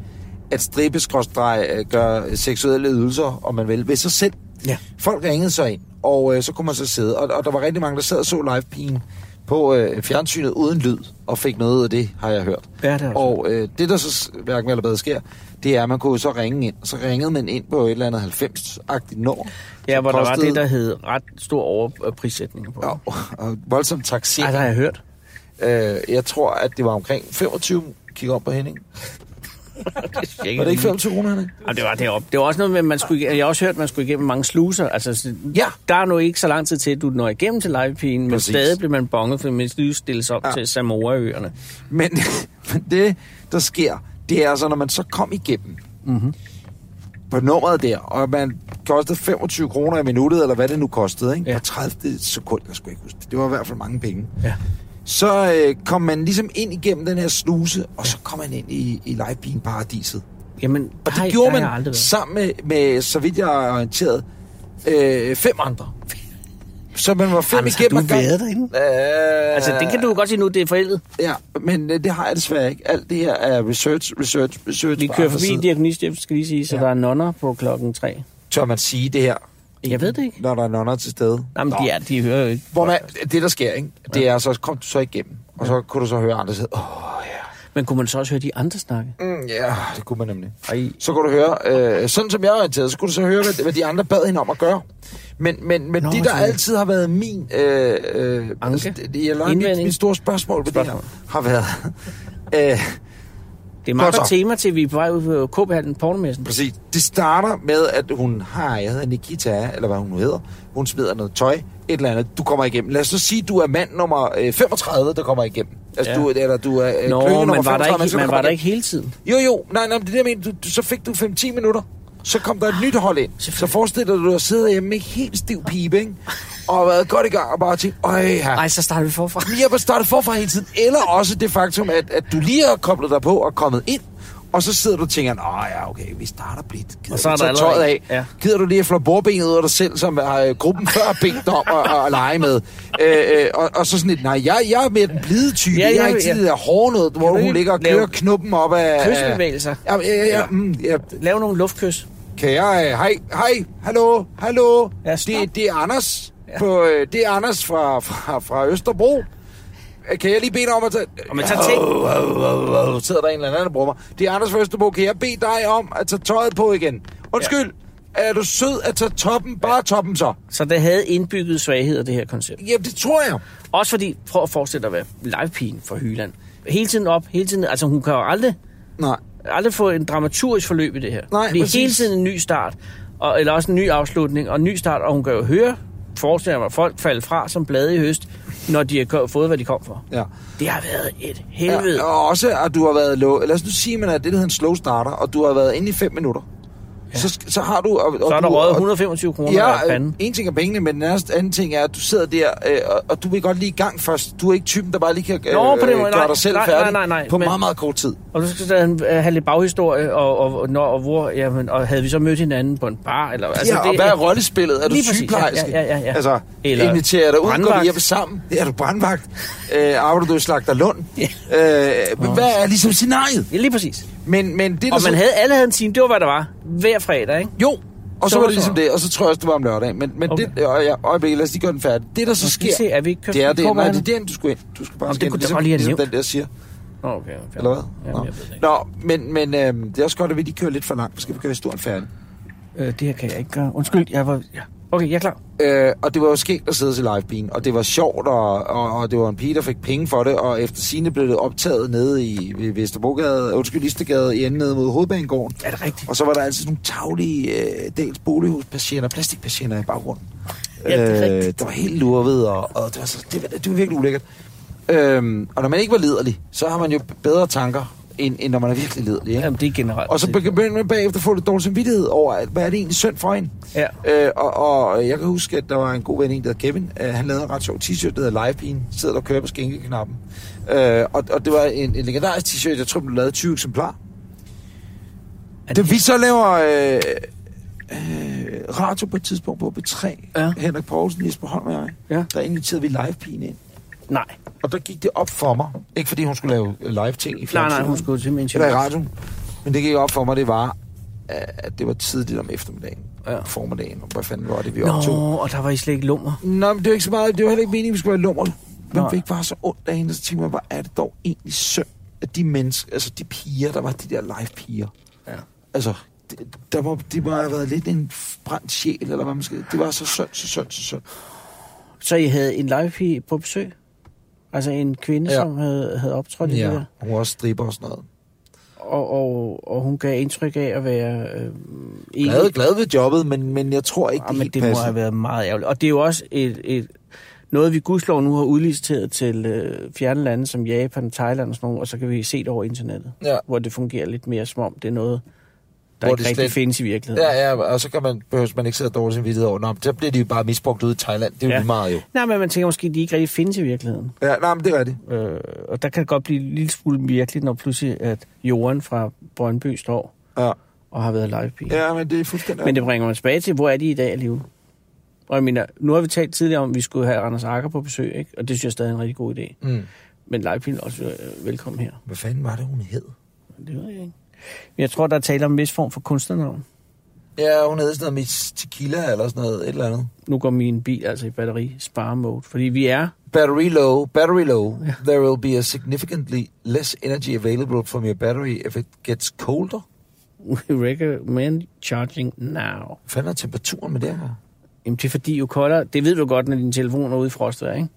at stribe skråstreg, øh, gøre seksuelle ydelser, om man vil, ved sig selv.
Ja.
Folk ringede så ind, og øh, så kunne man så sidde, og, og der var rigtig mange, der sad og så live-pigen på øh, fjernsynet uden lyd, og fik noget af det, har jeg hørt.
ja det er og...
Og øh, det, der så s- hverken eller bedre sker, det er, at man kunne så ringe ind. Så ringede man ind på et eller andet 90-agtigt nummer.
Ja,
som
hvor der var
kostede-
det, der hed ret stor overprissætning på.
Ja,
Ja.
og voldsomt
Ej, der
taxering.
har jeg hørt.
Øh, jeg tror, at det var omkring 25... Kig op på Henning. Var det ikke
Mm.
25 kroner, Henning?
Jamen, det var deroppe. Det var også noget med, at man skulle, igennem- jeg har også hørt, at man skulle igennem mange sluser. Altså, så-
Ja.
Der er nu ikke så lang tid til, at du når igennem til livepigen, men
Præcis.
stadig bliver man bonget, for man skal stilles op
Ja.
ja. til Samoa-øerne.
Men, men det, der sker, det er altså, når man så kom igennem
Mhm.
på nummeret der, og man kostede 25 kroner i minuttet, eller hvad det nu kostede, ikke?
Ja.
Ja. på 30 sekunder, jeg skulle ikke huske det. Det var i hvert fald mange penge.
Ja.
Så øh, kom man ligesom ind igennem den her sluse, og så kom man ind i, i livebean-paradiset.
Jamen,
Og det
der,
Ej,
der
gjorde
har jeg aldrig
man
været.
sammen med, med, så vidt jeg er orienteret, øh, fem andre. Så man var fem
Anders, har
igennem
du
ad gangen.
været derinde?
Øh,
Altså, det kan du jo godt sige nu, det er forældet.
Ja, men øh, det har jeg desværre ikke. Alt det her er research, research, research.
Vi
på
kører
andre
forbi
side.
diakonistjef, skal lige sige, så
Ja.
ja. der er nonner på klokken tre.
Tør man sige det her?
Jeg ved det ikke.
Når der er nonner til stede.
Jamen,
Nå.
de, er, de hører jo ikke.
Hvor man, det, der sker, ikke? det er så, kom du så igennem, og så kunne du så høre andre sige, åh, oh, ja.
Men kunne man så også høre de andre snakke?
Mm, ja, det kunne man nemlig.
Ej.
Så kunne du høre, øh, sådan som jeg er orienteret, så kunne du så høre, hvad, hvad de andre bad hende om at gøre. Men, men, men
Nå,
Nå, det, der
sådan.
altid har været min... Øh, øh,
Anke?
det- det- Eller mit,
Indvending?
mit store spørgsmål ved det her,
Spørgsmål.
har været... øh,
Det er meget
Godt
godt Øh,
så.
tema til, vi er på vej ud på KB-hallen, pornomessen.
Præcis. Det starter med, at hun har, jeg hedder Nikita, eller hvad hun nu hedder, hun smider noget tøj, et eller andet, du kommer igennem. Lad os så sige, du er mand nummer øh, 35, der kommer igennem. Altså,
Ja.
ja. du, eller du er øh, klønge
Nå,
nummer
men var der
35, men
ikke,
så
man
kommer
var der
igennem.
ikke hele tiden.
Jo, jo, nej, nej, men det er det, jeg mener. Du, du, så fik du 5-10 minutter, så kom der et nyt hold ind. Så
Selvfølgelig.
forestil dig, at du har siddet hjemme med helt stiv pibe, ikke? Og har været godt i gang og bare tænkt, øj her.
Nej, så starter vi forfra.
Vi har bare startet forfra hele tiden. Eller også det faktum, at, at du lige har koblet dig på og kommet ind, og så sidder du og tænker, nej, ja, okay, vi starter blidt. Gider
Og så er
du
der
tage tøjet
allerede- ja.
af? Ja. Gider du lige at flå bordbenet ud af dig selv, som øh, gruppen før har bedt dig om at, at, at lege med? Øh, øh, og, og, så sådan et, nej, jeg, jeg er mere den blide type.
Ja,
Ja, jeg,
ja,
er ikke
ja.
ja. det der hårde noget, hvor
du
hun
ikke
ligger og
lave
kører knuppen op af... af-
Kysbevægelser.
Ja, ja, ja, ja, mm, ja.
Lav nogle luftkys.
Kan jeg... øh, Hej, hej, hallo, hallo.
Ja, stop.
det, det er Anders. På, øh, det er Anders fra, fra, fra Østerbro. Øh, Kan jeg lige bede dig om at tage...
Og man tager ting.
Øh, øh, øh, sidder der en eller anden, der bruger mig. Det er Anders fra Østerbro. Kan jeg bede dig om at tage tøjet på igen? Undskyld. Er du sød at tage toppen? Bare toppen så.
Så det havde indbygget svagheder, det her koncept.
Jamen, det tror jeg.
Også fordi, prøv at forestille dig at være livepigen for Hyland. Hele tiden op, hele tiden ned. Altså, hun kan jo aldrig,
Nej. aldrig
aldrig få en dramaturgisk forløb i det her.
Nej,
det er
præcis.
hele tiden en ny start, og, eller også en ny afslutning, og en ny start. Og hun kan jo høre, forestiller jeg mig, folk falde fra som blade i høst, når de har ko- fået, hvad de kom for.
Ja.
Det har været et helvede.
ja.
Ja,
Og også, at du har været... Low. Lad os nu sige, at man er det, der hedder en slow starter, og du har været inde i fem minutter. Ja. Så, så har du... Og,
Så er
og
der
du,
røget
og-
125 kroner af
Ja, øh,
panden.
en ting er pengene, men den anden, anden ting er, at du sidder der, øh, og, og du vil godt lige i gang først. Du er ikke typen, der bare lige kan øh,
Nå, på den måde,
gøre
nej.
dig selv
Nej, nej,
færdig
nej, nej,
på
men-
meget, meget kort tid.
Og du skal sådan øh, have lidt baghistorie, og, og, og, når, og hvor, jamen, og havde vi så mødt hinanden på en bar? Eller,
Altså, ja, og hvad er rollespillet? Er du
Lige præcis,
sygeplejerske?
ja, ja, ja, ja.
Altså,
Eller
Eller inviterer jeg dig ud, går
brandvagt.
vi hjem sammen? Er du brandvagt? Øh, arbejder du i Slagterlund?
Ja.
Øh, men hvad er ligesom scenariet?
Ja, lige præcis.
Men, men det, der
Og
så-
man havde, alle havde en time, det var, hvad der var. Hver fredag, ikke?
Jo, og så,
Så
var
var
det ligesom
det.
det, og så tror jeg også, det var om lørdag. Men, men
Okay.
okay. det, og ja, øjeblik, lad os lige gøre den færdig. Det, der så
skal vi
sker,
se, er vi ikke købt
det er
en
det.
kop
Nej,
af
det er
det?
den, du skal ind. Du skal bare
Jamen,
skal
det
ind,
kunne jeg
ligesom,
godt lige have nævnt.
ligesom den der siger.
Nå, okay. okay.
Eller hvad?
Jamen, jeg ved det ikke.
Nå, men, men øh, det er også godt, at vi lige kører lidt for langt. Skal vi gøre historien færdig?
Øh, det her kan jeg ikke gøre. Undskyld, jeg var... Ja. Okay, jeg er klar.
Øh, og det var jo skægt at sidde til livebean, og det var sjovt, og, og, og det var en pige, der fik penge for det, og efter sine blev det optaget nede i ved Vesterbrogade, undskyld, Istegade, i enden nede mod Hovedbanegården.
Er det rigtigt?
Og så var der altid sådan nogle taglige, øh, dels bolighuspersianer, plastikpersianer i baggrunden. Øh,
Ja, det er rigtigt.
der var helt lurvet, og, og det, var så, det, var, det var virkelig ulækkert. Øhm, og når man ikke var lederlig, så har man jo bedre tanker, end, end når man er virkelig lederlig. Ikke?
Jamen, det er generelt.
Og så begynder man bagefter at få lidt dårlig samvittighed over, at, hvad er det egentlig synd for en?
Ja.
Øh, og, og, jeg kan huske, at der var en god ven, en der hed Kevin. Øh, han lavede en ret sjov t-shirt, der hedder Livebean. Sidder der og kører på skænkeknappen. Øh, og, og, det var en, en legendarisk t-shirt. Jeg tror, den blev lavet i 20 eksemplarer.
Er
Det, vi så laver øh, øh, radio på et tidspunkt på B3,
Ja.
ja. Henrik Poulsen, Jesper Holm og jeg,
Ja.
der inviterede vi livepigen ind.
Nej,
Og der gik det op for mig. Ikke fordi hun skulle lave live ting i
nej,
fjernsynet.
nej, hun skulle til min
Eller i radioen. Men det gik op for mig, det var, at det var tidligt om eftermiddagen.
Ja.
Ja. Formiddagen, og hvad fanden var det, vi optog.
Nå, og der var I slet ikke lummer.
Nå, men det var ikke så meget. Det var heller ikke meningen, vi skulle være lummer. Men
Nej.
vi ikke bare så ondt af hende, så tænkte jeg, hvor er det dog egentlig synd, at de mennesker, altså de piger, der var de der live-piger.
Ja.
Altså, det, der må, de må have været lidt en brændt sjæl, eller hvad man skal... Det var så synd, så synd, så synd.
Så I havde en livepige på besøg? Altså en kvinde, ja.
Ja.
som havde, havde optrådt i det der?
hun var også stripper og sådan noget.
Og, og, og hun gav indtryk af at være... Øh, en-
Glad, glad ved jobbet, men, men jeg tror ikke,
Ja,
det,
men
helt
det må
passer.
have været meget ærgerligt. Og det er jo også et, et noget, vi gudslov nu har udliciteret til øh, fjerne lande som Japan, Thailand og sådan nogle, og så kan vi se det over internettet,
Ja.
hvor det fungerer lidt mere som om, det er noget, der
Hvor
ikke
det
rigtig
slet-
findes i virkeligheden.
Ja, ja, og så kan man, behøver man ikke sidde og dårligt sin vidtighed over. Nå, men så bliver de jo bare misbrugt ude i Thailand. Det er jo
Ja.
ja. lige meget jo.
Nej, men man tænker måske, at de ikke rigtig findes i virkeligheden.
Ja, nej, men det er det.
Øh, og der kan det godt blive en lille smule virkelig, når pludselig at Jorden fra Brøndby står
Ja.
og har været livepige.
ja, men det er fuldstændig...
Men det bringer mig tilbage til, hvor er de i dag alligevel? Og jeg mener, nu har vi talt tidligere om, at vi skulle have Anders Akker på besøg, ikke? og det synes jeg stadig er en rigtig god idé.
Mm.
Men Leipzig er også øh, velkommen her.
Hvad fanden var det, hun hed?
Det ved jeg ikke. Men jeg tror, der er tale om en vis form for kunstnernavn.
Ja, hun hed sådan noget Miss Tequila eller sådan noget, et eller andet.
Nu går min bil altså i batteri spare mode, fordi vi er...
Battery low, battery low. There will be a significantly less energy available from your battery if it gets colder.
We recommend charging now.
Hvad fanden er temperaturen med det her?
Jamen, det er fordi, jo koldere... Det ved du godt, når din telefon er ude i frostvejr, ikke?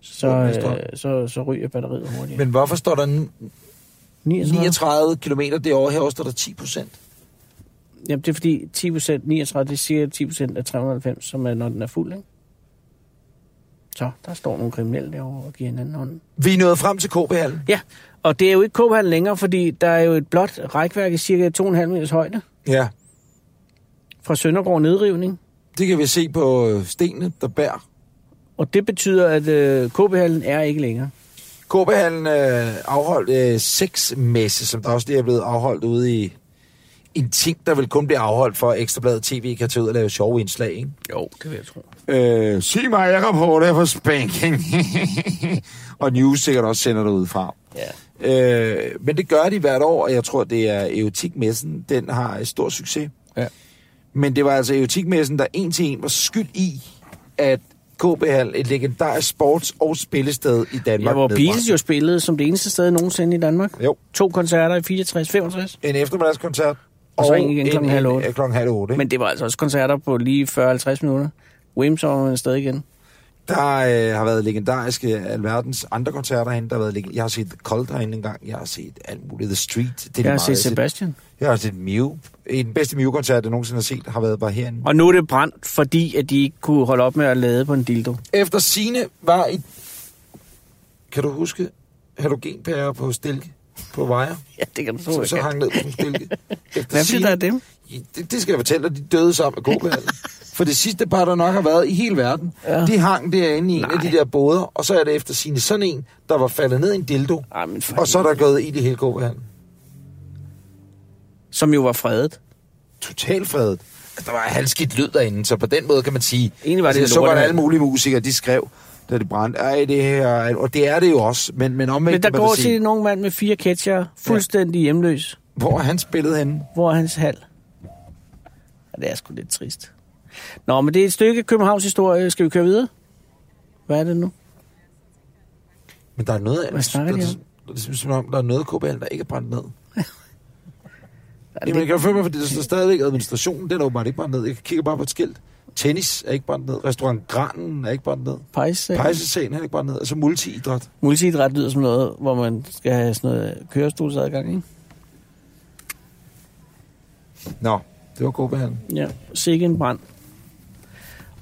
Så,
Jo, det står.
øh, så, så ryger batteriet hurtigt.
Men hvorfor står der n-
39?
39 km derovre? Herovre står der 10 procent.
Jamen, det er fordi 10 procent, 39, det siger 10 procent af 390, som er, når den er fuld, ikke? Så, der står nogle kriminelle derovre og giver hinanden hånden.
Vi er nået frem til kb -hallen.
Ja, og det er jo ikke Copenhagen længere, fordi der er jo et blåt rækværk i cirka 2,5 meters højde
Ja,
fra Søndergaard Nedrivning.
det kan vi se på øh, stenene, der bærer.
Og det betyder, at øh, Copenhagen er ikke længere.
kb øh, afholdt øh, seks messe, som der også lige er blevet afholdt ude i en ting, der vil kun blive afholdt for at Ekstrabladet TV kan tage ud og lave sjove indslag, ikke?
Jo, det vil jeg tro.
Øh, sig mig, jeg rapporter fra Spanien. og News sikkert også sender det ud fra.
Ja.
Øh, men det gør de hvert år, og jeg tror, det er Eotikmessen, den har øh, stor succes.
Ja.
Men det var altså Eotikmessen, der en til en var skyld i, at KB Hall, et legendarisk sports- og spillested i Danmark.
Ja, hvor
nedbrændte.
Beatles jo spillede som det eneste sted nogensinde i Danmark.
Jo.
To koncerter i 64, 65.
En eftermiddagskoncert.
Og så en igen klokken halv otte.
øh, Klokken halv otte. Men
Men det var altså også koncerter på lige 40-50 minutter. Wims var man sted igen.
der øh, har været legendariske øh, alverdens andre koncerter herinde. Der har været, leg- jeg har set The Cold herinde engang. Jeg har set alt muligt. The Street. Det er
Det jeg har
meget,
set Sebastian.
Jeg har set Mew. En den bedste Mew-koncert, jeg nogensinde har set, har været bare herinde.
Og nu er det brændt, fordi at de ikke kunne holde op med at lade på en dildo.
Efter sine var i... Kan du huske halogenpærer på stilke? På vejer?
Ja, det kan du tro,
Som
jeg
så
kan.
hang ned på en stilke. Efter
Hvad bliver der af dem?
det, det skal jeg fortælle dig, de døde sammen med kobehallen. For det sidste par, der nok har været i hele verden, ja. de hang derinde i en
Nej.
af de der båder, og så er det efter sine sådan en, der var faldet ned i en dildo,
Ej, men for
og så er der gået i det hele kobehallen.
Som jo var fredet.
Totalt fredet. Altså, Der var halskidt lyd derinde, så på den måde kan man sige,
Egentlig var det en
altså, så var der
lortehal.
alle mulige musikere, de skrev, da det brændte, ej, det her, og det er det jo også, men, men omvendt
Men der
kan man
går
da sige,
til en ung mand med fire ketcher, fuldstændig hjemløs,
hvor er han spillet henne?
hvor er hans hal? Og det er sgu lidt trist. Nå, men det er et stykke Københavns historie. Skal vi køre videre? Hvad er det nu?
Men der er noget,
Hvad snakker
der,
de
der,
om?
der, der, der, der, der er noget KBL, der ikke er brændt ned.
Er
Jamen,
det,
jeg kan jo følge mig, fordi der står stadigvæk administrationen, den er åbenbart ikke brændt ned. Jeg kigger bare på et skilt. Tennis er ikke brændt ned. Restaurant Granen er ikke brændt ned.
pejs,
Pejsescenen er ikke brændt ned. Altså multiidræt.
Multiidræt lyder som noget, hvor man skal have sådan noget kørestolsadgang, ikke?
Nå, det var kobehallen.
Ja, sikke en brand.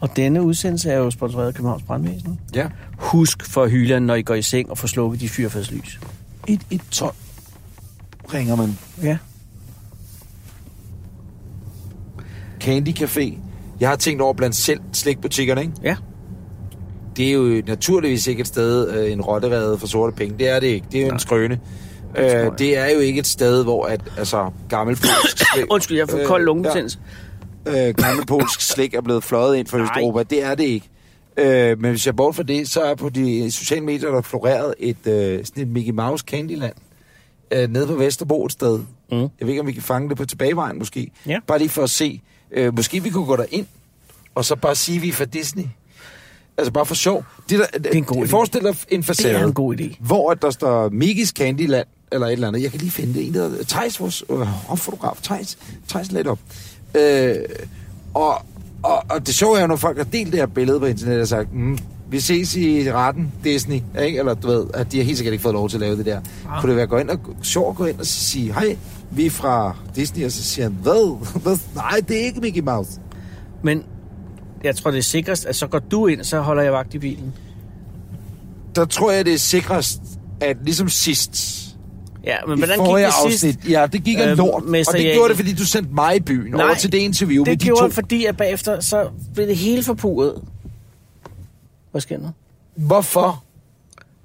Og denne udsendelse er jo sponsoreret af Københavns Brandvæsen.
Ja.
Husk for hylderne, når I går i seng og får slukket de fyrfærdslys.
Et, et ton ringer man.
Ja.
Candy Café. Jeg har tænkt over blandt selv slikbutikkerne, ikke?
Ja.
Det er jo naturligvis ikke et sted, øh, en rotterede for sorte penge. Det er det ikke. Det er jo en skrøne.
tror jeg.
Øh, det er jo ikke et sted, hvor at, altså, gammel polsk slik-
Undskyld, jeg får kold
Øh,
lungebetændelse.
øh, gammel polsk slik er blevet fløjet ind fra Østeuropa. Det er det ikke. Øh, men hvis jeg er bort fra det, så er på de sociale medier, der floreret et, øh, sådan et Mickey Mouse Candyland øh, nede på Vesterbro et sted. Mm. Jeg ved ikke, om vi kan fange det på tilbagevejen måske.
Ja.
Bare lige for at se. Øh, måske vi kunne gå derind, og så bare sige, at vi er fra Disney. Altså bare for sjov. Det, der, det
er en god idé.
Forestil dig en facade.
Det er en god idé.
Hvor at der står Mickey's Candyland, eller et eller andet. Jeg kan lige finde det. En, der hedder Thijs, vores øh, hoffotograf. Thijs, Thijs let op. Øh, og, og, og det sjove er jo, når folk har delt det her billede på internettet og sagt, mm, vi ses i retten, Disney, ikke? eller du ved, at de har helt sikkert ikke fået lov til at lave det der.
Ah.
Ja. Kunne det være gå ind og, sjovt at gå ind og sige, hej, vi er fra Disney, og så siger han, hvad? Hvad? Nej, det er ikke Mickey Mouse.
Men jeg tror, det er sikrest, at så går du ind, så holder jeg vagt i bilen.
Der tror jeg, det er sikrest, at ligesom sidst,
Ja, men
I
hvordan gik
forrige
det sidst?
afsnit. Ja, det gik af
Øhm,
øh, lort. Og det
Mester Jage.
gjorde det, fordi du sendte mig i byen Nej, over til det interview
det
med de
gjorde
to.
jeg, fordi at bagefter, så blev det hele forpuret. Hvad sker der? nu?
Hvorfor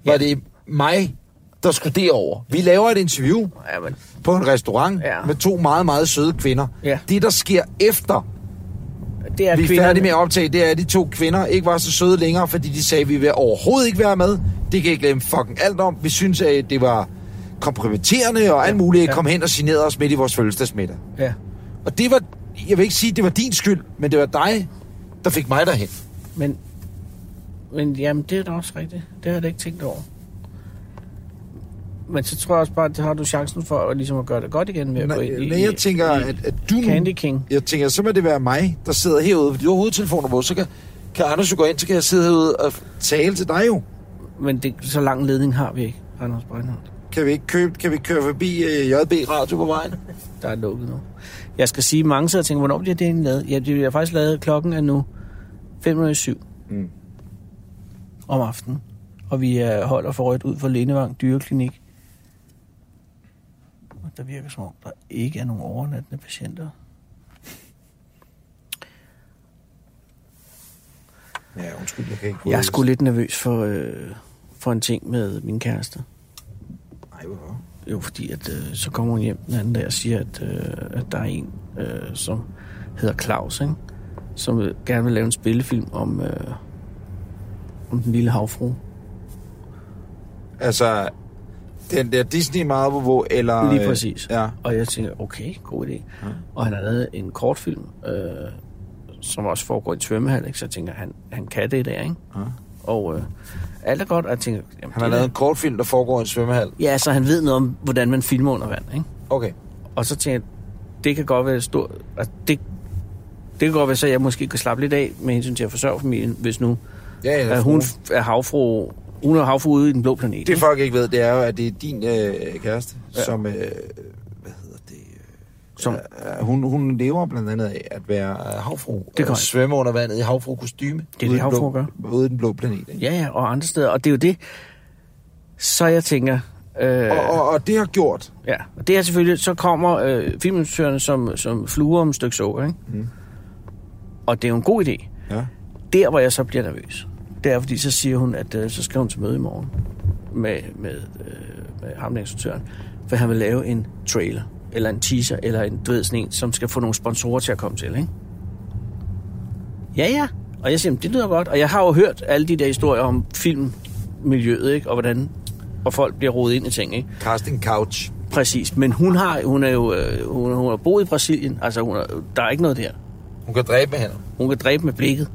var
Ja.
det mig, der skulle derover? Vi laver et interview
Ja, men,
på en restaurant
Ja.
ja. med to meget, meget søde kvinder.
Ja.
Det, der sker efter,
det er
vi er
kvinderne-
færdige med at optage, det er, at de to kvinder ikke var så søde længere, fordi de sagde, at vi vil overhovedet ikke være med. Det kan jeg glemme fucking alt om. Vi synes, at det var kompromitterende og alt muligt.
Ja.
Ja. Kom hen og generede os midt i vores fødselsdagsmiddag.
Ja.
Og det var, jeg vil ikke sige, det var din skyld, men det var dig, der fik mig derhen.
Men, men jamen, det er da også rigtigt. Det har jeg da ikke tænkt over. Men så tror jeg også bare, at det har du chancen for at, ligesom at gøre det godt igen med at gå
Nej,
ind i,
nej, jeg tænker,
i
at, at du...
Candy King.
Jeg tænker, så må det være mig, der sidder herude, fordi du har hovedtelefoner på, så kan, kan Anders jo gå ind, så kan jeg sidde herude og tale til dig jo.
Men det, så lang ledning har vi ikke, Anders Breinholt.
Kan vi ikke købe, kan vi køre forbi øh, JB Radio på vejen?
Der er lukket nu. Jeg skal sige, mange sidder og tænker, hvornår bliver det egentlig lavet? Ja, det bliver faktisk lavet klokken er nu 5.07
Mm.
om aftenen. Og vi er, holder for rødt ud for Lindevang Dyreklinik. Og der virker som om, der ikke er nogen overnattende patienter.
Ja, undskyld, jeg kan ikke
Jeg er sgu lidt nervøs for, øh, for en ting med min kæreste.
Nej, hvorfor?
Jo, fordi at, øh, så kommer hun hjem den anden dag og siger, at, øh, at der er en, øh, som hedder Claus, ikke? som øh, gerne vil lave en spillefilm om, øh, om den lille havfru.
Altså, den der Disney Marvel, eller...
Lige
øh,
præcis.
Ja.
Og jeg tænker, okay, god idé. Ja. Og han har lavet en kortfilm, øh, som også foregår i en svømmehal, ikke? så jeg tænker, han, han kan det der, ikke?
Ja.
Og øh, alt er godt, og jeg tænker... Jamen,
Han har
det
lavet
er-
en kortfilm, der foregår i en svømmehal.
Ja, så han ved noget om, hvordan man filmer under vand, ikke?
Okay.
Og så tænkte jeg, det kan godt være stort... Altså, det, det kan godt være, så jeg måske kan slappe lidt af med hensyn til at forsørge familien, hvis nu
Ja, ja,
at hun
fru.
er havfru, hun er havfru ude i den blå planet.
Det
ikke?
folk ikke ved, det er jo, at det er din øh, kæreste,
Ja.
ja. som... Øh, hvad hedder det?
Som-
Som, hun, hun lever blandt andet af at være øh, havfru.
Det
og
korrekt.
svømme under vandet i havfru-kostyme.
det,
Ude i den
havfruer
blå- Ude i den blå planet. Ikke?
Ja, ja, og andre steder. Og det er jo det. Så jeg tænker, Øh,
Og, og, og det har gjort.
Ja, og det er selvfølgelig, så kommer øh, filminstruktørerne som, som fluer om et stykke sukker, ikke?
Mm.
Mm. Og det er jo en god idé.
Ja.
Der, hvor jeg så bliver nervøs, det er, fordi så siger hun, at øh, så skal hun til møde i morgen med, med, øh, med ham, der instruktøren, for han vil lave en trailer, eller en teaser, eller en, du ved, sådan en, som skal få nogle sponsorer til at komme til, ikke? Ja, ja. Og jeg siger, "Men det lyder godt. Og jeg har jo hørt alle de der historier om filmmiljøet, ikke? Og hvordan og folk bliver rodet ind i ting, ikke?
Casting couch.
Præcis, men hun har, hun er jo, øh, hun, hun har boet i Brasilien, altså hun er, der er ikke noget der.
Hun kan dræbe med hænder.
Hun kan dræbe med blikket.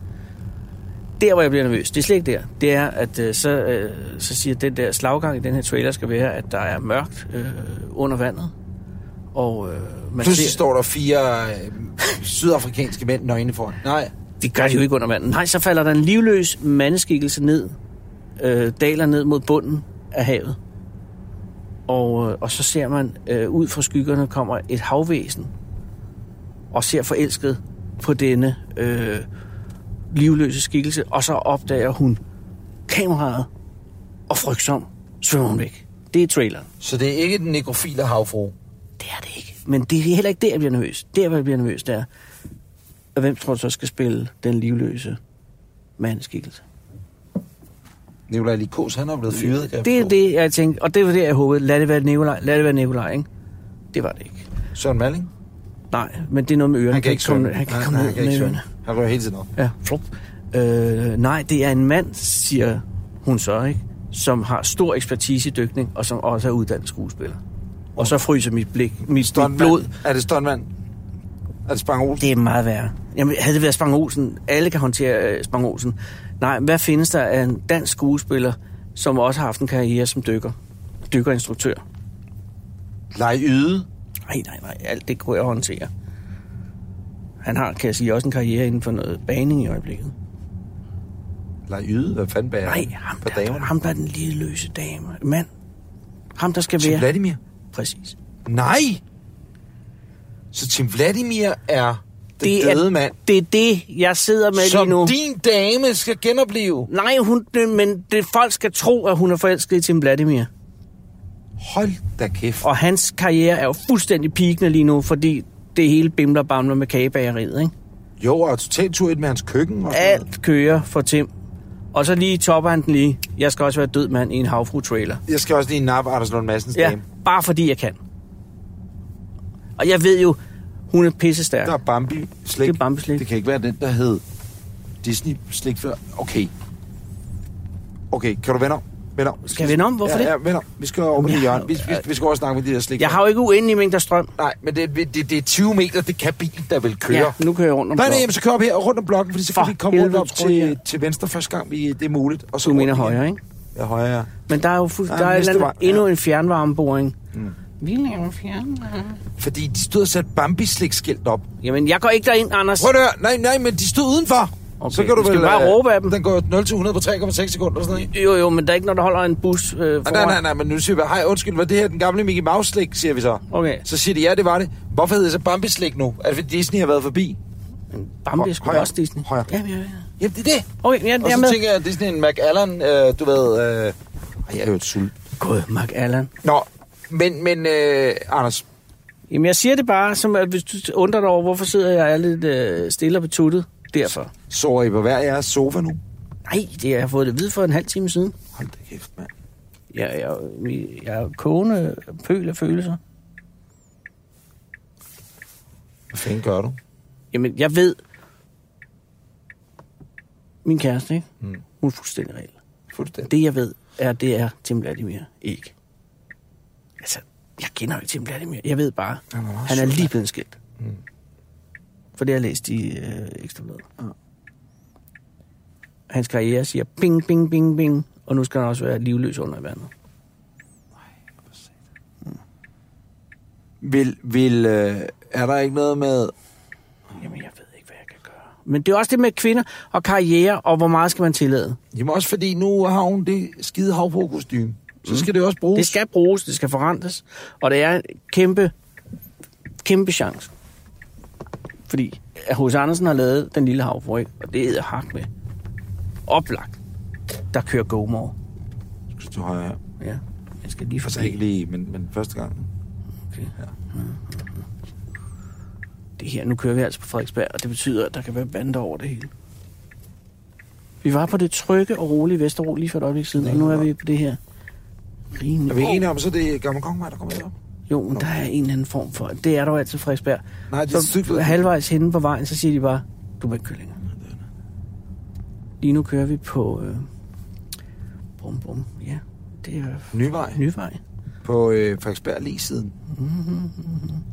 Der, hvor jeg bliver nervøs, det er slet ikke der. Det er, at øh, så, øh, så siger den der slaggang i den her trailer skal være, at der er mørkt øh, under vandet. Og øh, man
Pludselig
ser,
står der fire øh, sydafrikanske mænd nøgne foran. Nej.
det gør de jo ikke under vandet. Nej, så falder der en livløs mandeskikkelse ned, øh, daler ned mod bunden af havet. Og, øh, og så ser man, øh, ud fra skyggerne kommer et havvæsen, og ser forelsket på denne øh, livløse skikkelse, og så opdager hun kameraet, og frygtsom svømmer hun væk. Det er traileren.
Så det er ikke den nekrofile havfru.
Det er det ikke. Men det er heller ikke der, jeg bliver nervøs. Der, hvor jeg bliver nervøs, det er, og hvem tror du så skal spille den livløse mandskikkelse?
Nikolaj Likos, han er blevet fyret. kan jeg
Det er
forstå.
det, jeg tænkte, og det var det, jeg håbede. Lad det være Nikolaj, lad det være Nikolaj, ikke? Det var det ikke.
Søren Malling?
Nej, men det er noget med ørerne.
Han kan ikke
komme,
svømme.
han kan
Nej,
ikke komme
nej,
ned med
svømme.
ørerne.
Han rører hele tiden op.
Ja, flop. Øh, nej, det er en mand, siger hun så, ikke? Som har stor ekspertise i dykning, og som også er uddannet skuespiller. Og så fryser mit blik, mit, mit
Stuntmand.
blod.
Er det stuntmand? Er det Spang Olsen?
Det er meget værre. Jamen, havde det været Spang Olsen, alle kan håndtere øh, Spang Olsen. Nej, hvad findes der af en dansk skuespiller, som også har haft en karriere som dykker? Dykkerinstruktør.
Lej Yde?
Nej, nej, nej, alt det kunne jeg håndtere. Han har, kan jeg sige, også en karriere inden for noget baning i øjeblikket.
Lej Yde? Hvad fanden bærer
Nej,
han
ham
på
der,
damerne?
ham der er den lille løse dame. Mand. Ham, der skal
Tim
være...
Vladimir?
Præcis.
Nej! Så Tim Vladimir er den
Det er-
døde mand,
Det er det, jeg sidder med
som
lige nu.
din dame skal genopleve.
Nej, hun, men det, folk skal tro, at hun er forelsket i Tim Vladimir.
Hold da kæft.
Og hans karriere er jo fuldstændig pikende lige nu, fordi det hele bimler og bamler med kagebageriet,
Mhm.
ikke?
Jo, og totalt tur med hans køkken. Og sådan noget.
Alt kører for Tim. Og så lige topper han den lige. Jeg skal også være død mand i en havfru-trailer.
Jeg skal også lige nappe Anders Lund Madsens
Ja,
dame.
bare fordi jeg kan. Og jeg ved jo, hun er pissestærk.
Der er Bambi slik.
Det er Bambi slik.
Det kan ikke være den, der hed Disney slik før. Okay. Okay, kan du vende om? Vend om.
Skal jeg vende om? Hvorfor
ja,
det?
Ja, vend om. Vi skal over på
Jeg
det hjørne.
har-
Vi, vi, vi, skal også snakke med de der slik.
Jeg har jo ikke uendelig mængder strøm.
Nej, men det, det, det, det, er 20 meter, det kan bilen, der vil køre.
Ja, nu kører jeg rundt om
Nej, nej,
blokken.
jamen, så kør op her og rundt om blokken, fordi så kan
For
vi komme rundt
helvede,
om
tror jeg.
til, til venstre første gang, vi, det er muligt. Og så
Du
rundt
mener
igen.
højere, ikke?
Ja, højere, ja.
Men der er jo fuld,
Ja,
der er et
næste
eller
vej,
andet,
ja.
endnu en fjernvarmeboring.
Mm.
Vi laver fjernvarme.
Fordi de stod og satte Bambi-slik-skilt op.
Jamen, jeg går ikke derind, Anders.
Prøv at høre. Nej, nej, men de stod udenfor.
Okay, vi skal bare
øh,
råbe af dem.
Den går 0 til 100 på 3,6 sekunder og sådan noget. ikke?
Jo, jo, men der er ikke, når der holder en bus øh, foran.
Ah, nej, nej, nej, men nu siger vi, hej, undskyld, var det her den gamle Mickey Mouse-slik, siger vi så.
Okay,
Så siger de, ja, det var det. Hvorfor hedder det så Bambi-slik nu? Er det fordi Disney har været forbi?
men Bambi er sgu
Højere.
også Disney.
Højere.
Jamen, ja, ja.
Jamen, det er det.
Okay, jeg,
Og
jeg er
så
med.
tænker jeg, at Disney er en McAllen, øh, du ved... Øh... Ej, jeg er jo et sult.
God, Mark Allan.
Nå, men, men øh, Anders,
Jamen, jeg siger det bare, som at hvis du undrer dig over, hvorfor sidder jeg er lidt øh, stille og betuttet. Derfor.
sover I på hver jeres sofa nu?
Nej, det har jeg fået det vidt for en halv time siden.
Hold da kæft, mand.
Jeg, jeg, jeg, jeg er kogende pøl af følelser.
Hvad fanden gør du?
Jamen, jeg ved... Min kæreste, ikke?
Mm.
Hun er fuldstændig regel.
Fuldstændig.
Det, jeg ved, er, det er Tim Vladimir ikke. Altså, jeg kender jo ikke Tim Vladimir. Jeg ved bare,
Han er meget
han er
sød,
lige blevet skilt.
Mm.
For det har jeg læst i øh, Ekstrabladet. Ja. Hans karriere siger bing, bing, bing, bing. Og nu skal han også være livløs under vandet.
Vil, vil, øh, er der ikke noget med...
Jamen, jeg ved ikke, hvad jeg kan gøre. Men det er også det med kvinder og karriere, og hvor meget skal man tillade?
Jamen også fordi nu har hun det skide havfrokostyme.
Mm.
Så skal det også bruges.
Det skal bruges, det skal forrentes, og det er en kæmpe, kæmpe chance. Fordi at H.C. Andersen har lavet Den Lille Havfru, ikke? og det hedder hak med. Oplagt. Der kører GoMore.
skal du højere.
Ja. Jeg skal lige
Altså
forbi.
ikke lige, men, men første gang.
Okay.
Ja.
Det her, nu kører vi altså på Frederiksberg, og det betyder, at der kan være bander over det hele. Vi var på det trygge og rolige Vesterbro lige for et øjeblik siden, og nu er vi på det her.
Er vi
Rimelig.
enige om, så det er Gamle Kongevej, der kommer herop?
Jo, men der er en eller anden form for. Det er der jo altid Frederiksberg.
Nej, de
Så
cykler.
halvvejs henne på vejen, så siger de bare, du må ikke køre længere. Lige nu kører vi på... Øh, bum, bum. Ja, det er
Nyvej
Nyvej.
på øh, Frederiksberg lige siden.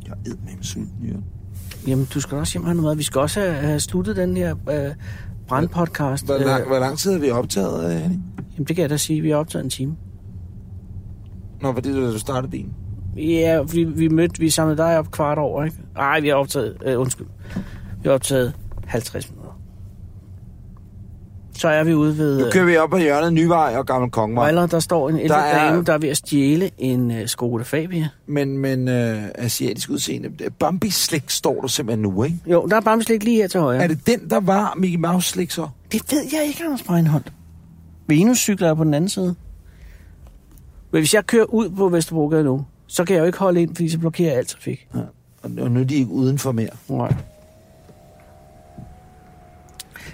Jeg er edmame sulten, Jørgen.
Jamen, du skal også hjem og have noget mad. Vi skal også have, have sluttet den her øh, brandpodcast.
Hvor,
Øh,
lang, hvor lang tid har vi optaget, øh, Henning?
Jamen, det kan jeg da sige. Vi har optaget en time.
Nå, var det, da du startede bilen?
Ja, vi, vi mødte, vi samlede dig op kvart over, ikke? Nej, vi har optaget, øh, undskyld. Vi har optaget 50 minutter. Så er vi ude ved
Øh.
Nu kører vi op ad hjørnet Nyvej og Gamle
øh,
Kongevej.
Vejler, der står en ældre
Der er-
dame, der er ved at stjæle en øh, Skoda Fabia.
Men, men øh, asiatisk udseende. Bambi slik står der simpelthen nu, ikke?
Jo, der er bamslik lige her til højre.
Ja. Er det den, der var Mickey Mouse slik så?
Det ved jeg ikke, Anders Breinholt. Venuscykler er på den anden side. Men hvis jeg kører ud på Vesterbrogade nu, så kan jeg jo ikke holde ind, fordi så blokerer jeg alt trafik.
Ja. Og og nu er de ikke udenfor mere.
Nej.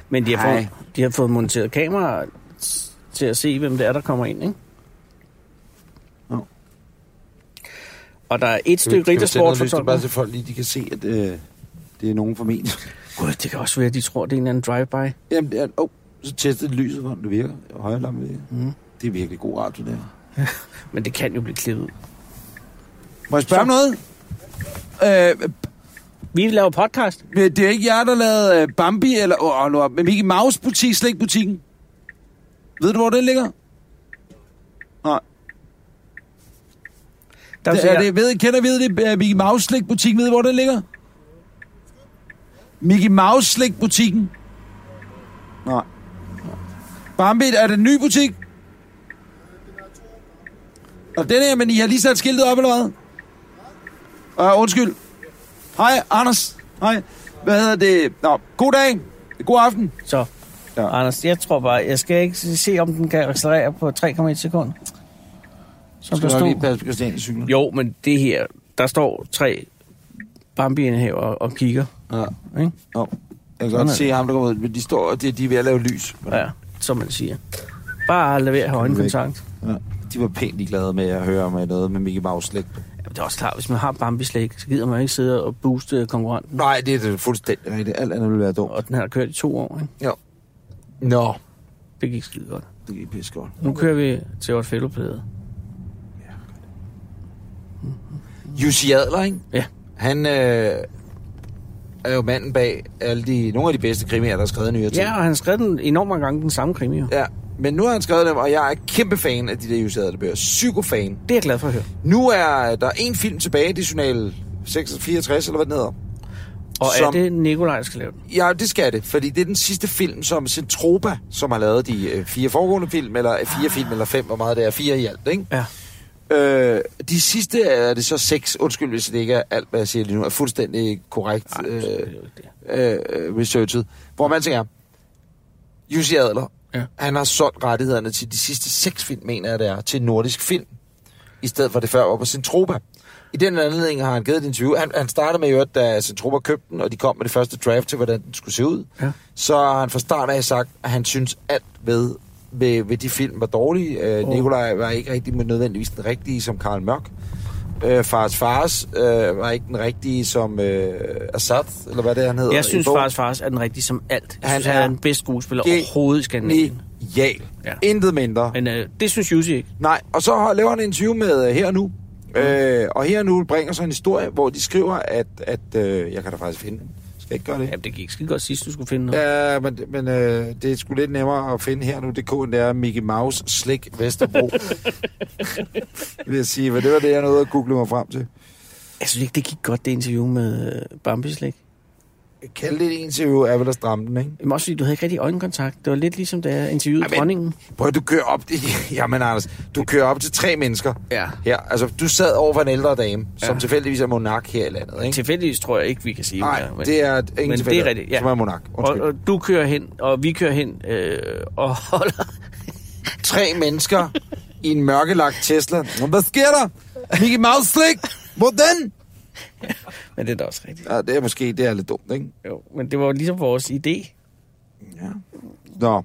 Men de har,
Hej.
fået, de har fået monteret kameraer t- til at se, hvem det er, der kommer ind, ikke?
Jo.
Og der er et stykke riddersport for
Bare
tolv.
så folk lige de kan se, at øh, det er nogen fra min.
Gud, det kan også være, at de tror, det er en eller anden drive-by.
Jamen, det er, oh, så testede det lyset, hvordan det virker. Højre lampe virker.
Mm.
Det er virkelig god radio, det her.
Men det kan jo blive klippet ud.
Må jeg spørge om noget? Øh,
Vi laver podcast.
men det er ikke jer, der lavede øh, Bambi eller oh, nu, Mickey Mouse butik, slikbutikken. Ved du, hvor den ligger? Nej.
Der
Det, Altså, er det, ved, kender ved det, øh, Mickey Mouse slikbutikken? Ved I, hvor den ligger? Mickey Mouse slikbutikken? Nej. Bambi, er det en ny butik? Og den her, men I har lige sat skiltet op, eller hvad? Uh, undskyld. Hej, Anders. Hej. Hvad hedder det? Nå, god dag. God aften.
Så,
Ja.
ja. Anders, jeg tror bare, jeg skal ikke se, om den kan accelerere på 3,1 sekunder. Som der stod.
passe på Christian cyklen?
Jo, men det her, der står tre bambierne her og, og kigger.
Ja.
Ikke?
Jo. Jeg kan
Sådan er det.
godt se ham, der kommer ud, men de står, og de, de er ved at lave lys.
Ja, som man siger. Bare lever højenkontakt.
Ja. De var pænt ligeglade med at høre med noget med Mickey Mouse slægt.
Ja, det er også klart, hvis man har Bambi-slæg, så gider man ikke sidde og booste konkurrenten.
Nej, det er det fuldstændig rigtigt. Alt andet ville være dumt.
Og den har kørt i to år, ikke?
Jo. Nå.
Det gik skide godt.
Det gik pisse godt.
Nu kører vi til vores fældeplade.
Jussi Adler, ikke?
Ja.
Han øh, er jo manden bag alle de, nogle af de bedste krimier, der er skrevet i nyere tid.
Ja, og han skrev den enormt mange gange den samme krimi. jo.
ja. Men nu har han skrevet dem, og jeg er kæmpe fan af de der Jussi Adler-bøger. Psykofan.
Det er jeg glad for at høre.
Nu er der en film tilbage, det er Journal 64, eller hvad den hedder.
Og er
Som-
det Nikolaj, der skal lave den?
Ja, det skal det, fordi det er den sidste film, som Centropa, som har lavet de øh, fire foregående film, eller øh, fire film, eller fem, hvor meget det er, fire i alt, ikke?
Ah. Ja.
Øh, de sidste er det så seks, undskyld hvis det ikke er alt, hvad jeg siger lige nu, er fuldstændig korrekt
Nej,
øh,
det er jo ikke det.
øh, researchet. Hvor man tænker, Jussi Adler,
Ja.
han har solgt rettighederne til de sidste seks film, mener jeg det er, til nordisk film, i stedet for det før var på Centropa. I den anledning har han givet et interview. Han, han startede med, i øvrigt, da Centropa købte den, og de kom med det første draft til, hvordan den skulle se ud.
Ja.
Så har han fra start af sagt, at han synes alt ved, ved, ved de film var dårlige. Øh,
Åh.
Nikolaj var ikke rigtig nødvendigvis den rigtige som Karl Mørk. Øh, fars Fars øh, var ikke den rigtige som øh, Assad, eller hvad det er, han hedder.
Jeg
i
synes
bogen.
faktisk, faktisk er den rigtig som alt. Jeg
Han
han synes, er, han
er
er den bedste skuespiller
genial.
overhovedet i Skandinavien.
Genial.
Ja.
Intet mindre.
Men øh, det synes Jussi ikke.
Nej, og så har- laver han en interview med øh, Her og Nu.
Mm.
Øh, og Her og Nu bringer så en historie, hvor de skriver, at... at øh, jeg kan da faktisk finde den. Skal jeg ikke gøre det?
Jamen, det gik skide godt sidst, du skulle finde noget.
Ja, men, men øh, det er sgu lidt nemmere at finde her nu. Det kun det er Mickey Mouse Slik Vesterbro. vil jeg sige, for det var det, jeg nåede at google mig frem til.
Jeg synes ikke, det gik godt, det interview med øh, Bambi Slik.
Kalde det et interview er vel at stramme den, ikke?
Men også fordi, du havde ikke rigtig øjenkontakt. Det var lidt ligesom, da jeg interviewede
Ej, men-
dronningen.
Prøv at du kører op til... Jamen, Anders, du kører op til tre mennesker.
Ja.
Ja, altså, du sad over for en ældre dame, som
Ja.
tilfældigvis er monark her i landet, ikke?
Tilfældigvis tror jeg ikke, vi kan sige.
Nej,
men,
det er
men
ingen
det er
tilfældighed,
rigtigt, ja.
som er monark.
og,
Undskyld.
og, du kører hen, og vi kører hen øh, og holder...
tre mennesker i en mørkelagt Tesla. "Nå, Hvad sker der? Mickey Mouse slik? Hvordan?
Men det er da også rigtigt.
Ja, det er måske det er lidt dumt, ikke?
Jo, men det var jo ligesom vores idé.
Ja. Nå,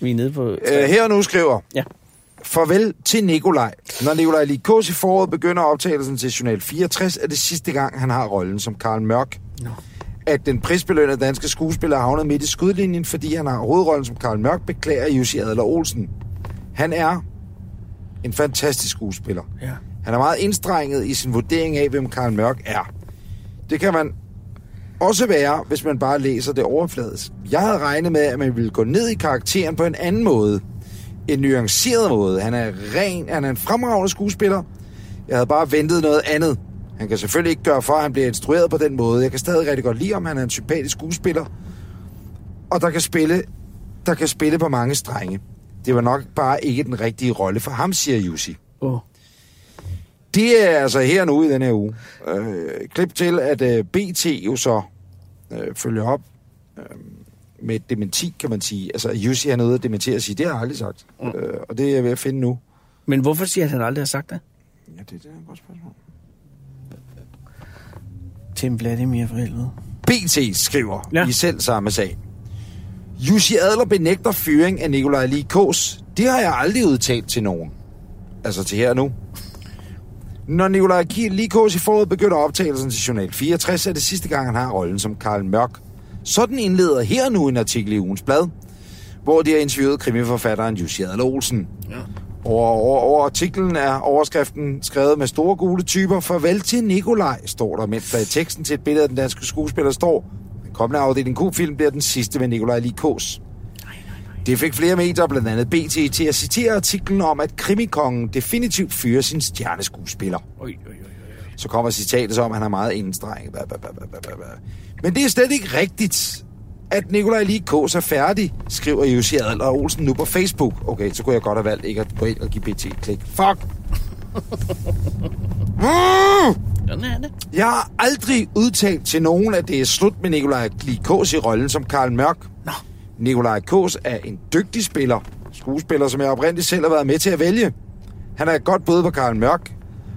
Vi er nede på...
øh, her og nu skriver...
Ja.
Farvel til Nikolaj. Når Nikolaj Likos i foråret begynder optagelsen til Journal 64, er det sidste gang, han har rollen som Karl Mørk.
Nå.
At den prisbelønnede danske skuespiller havnede midt i skudlinjen, fordi han har hovedrollen som Karl Mørk, beklager Jussi Adler Olsen. Han er en fantastisk skuespiller.
Ja.
Han er meget indstrenget i sin vurdering af, hvem Karl Mørk er. Det kan man også være, hvis man bare læser det overfladisk. Jeg havde regnet med, at man ville gå ned i karakteren på en anden måde. En nuanceret måde. Han er ren, han er en fremragende skuespiller. Jeg havde bare ventet noget andet. Han kan selvfølgelig ikke gøre for, at han bliver instrueret på den måde. Jeg kan stadig rigtig godt lide, om han er en sympatisk skuespiller. Og der kan spille, der kan spille på mange strenge. Det var nok bare ikke den rigtige rolle for ham, siger Jussi.
Åh.
Det er altså her nu i den her uge. Øh, klip til, at øh, BT jo så øh, følger op øh, med et dementi, kan man sige. Altså, Jussi er nede og dementere og sige, det har jeg aldrig sagt. Mm. Øh, og det er jeg ved at finde nu.
Men hvorfor siger han, at han aldrig har sagt det?
Ja, det, det er et godt spørgsmål.
Tim Vladimir for helvede.
BT skriver
Ja.
ja. i selv samme sag. Jussi Adler benægter fyring af Nikolaj Likos. Det har jeg aldrig udtalt til nogen. Altså til her og nu. Når Nikolaj Ki- Likos i foråret begynder optagelsen til Journal 64, er det sidste gang, han har rollen som Karl Mørk. Sådan indleder her og nu en artikel i ugens blad, hvor de har interviewet krimiforfatteren Jussi Adler Olsen. Ja. Over, over, over artiklen er overskriften skrevet med store gule typer. Farvel til Nikolaj, står der, mens der i teksten til et billede af den danske skuespiller står. Den kommende afdeling Q-film bliver den sidste med Nikolaj Likos. Det fik flere medier, blandt andet BT, til at citere artiklen om, at krimikongen definitivt fyrer sin stjerneskuespiller.
Oj, oj, oj, oj.
Så kommer citatet så om, at han er meget indstrenget. Ba, ba, ba, ba, ba, ba. Men det er slet ikke rigtigt, at Nikolaj Lee Kås er færdig, skriver Jussi Adler Olsen nu på Facebook. Okay, så kunne jeg godt have valgt ikke at gå ind og give BT et klik. Fuck! Mm!
Sådan er det.
Jeg har aldrig udtalt til nogen, at det er slut med Nikolaj Kås i rollen som Karl Mørk. Nå. Nikolaj Kås er en dygtig spiller. Skuespiller, som jeg oprindeligt selv har været med til at vælge. Han er et godt bud på Karl Mørk.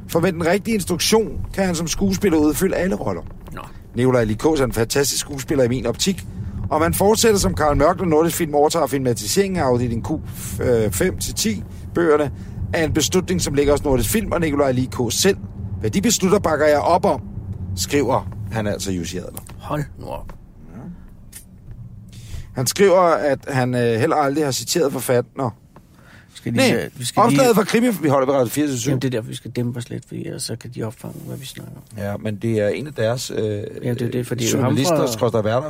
For med den rigtige instruktion kan han som skuespiller udfylde alle roller.
Nå.
Nikolaj Likos er en fantastisk skuespiller i min optik. Og man fortsætter som Karl Mørk, når Nordisk Film overtager filmatiseringen af øh, afdeling Q5-10 bøgerne, er en beslutning, som ligger hos Nordisk Film og Nikolaj Likos selv. Hvad de beslutter, bakker jeg op om, skriver han altså Jussi Adler.
Hold nu op.
Han skriver, at han øh, heller aldrig har citeret forfatter.
Vi skal lige,
Nej,
vi skal
opslaget
lige,
fra krimi... Vi holder ved Radio 24
Jamen, det er derfor, vi skal dæmpe os lidt, fordi ellers så kan de opfange, hvad vi snakker om.
Ja, men det er en af deres øh, ja,
det er det, fordi det er jo ham
journalister,
fra-
der skorster værter.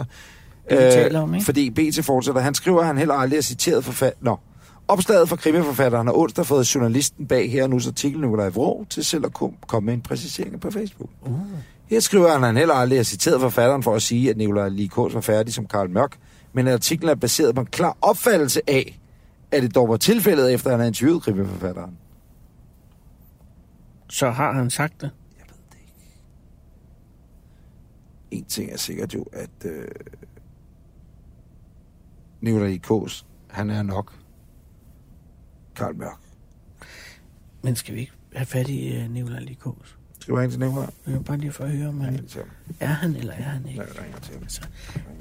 Øh,
Det, vi taler om, ikke?
Fordi BT fortsætter. Han skriver, at han heller aldrig har citeret forfatter. Nå. Opslaget fra krimiforfatteren har onsdag fået journalisten bag her og nu artiklen Nikolaj Vrå til selv at kom- komme med en præcisering på Facebook. Uh. Her skriver han, at han heller aldrig har citeret forfatteren for at sige, at Nikolaj Likos var færdig som Karl Mørk, men artiklen er baseret på en klar opfattelse af, at det dog var tilfældet, efter han havde interviewet krimiforfatteren.
Så har han sagt det.
Jeg ved det ikke. En ting er sikkert jo, at øh, Nikolaj Kås, han er nok Karl Mørk.
Men skal vi ikke have fat i uh, Nicolai Likos?
Skal vi ringe til Nikolaj?
Jeg vil bare lige for at høre, om han
Jeg ringer til ham.
er han eller er han ikke.
Jeg ringer til ham.
Altså,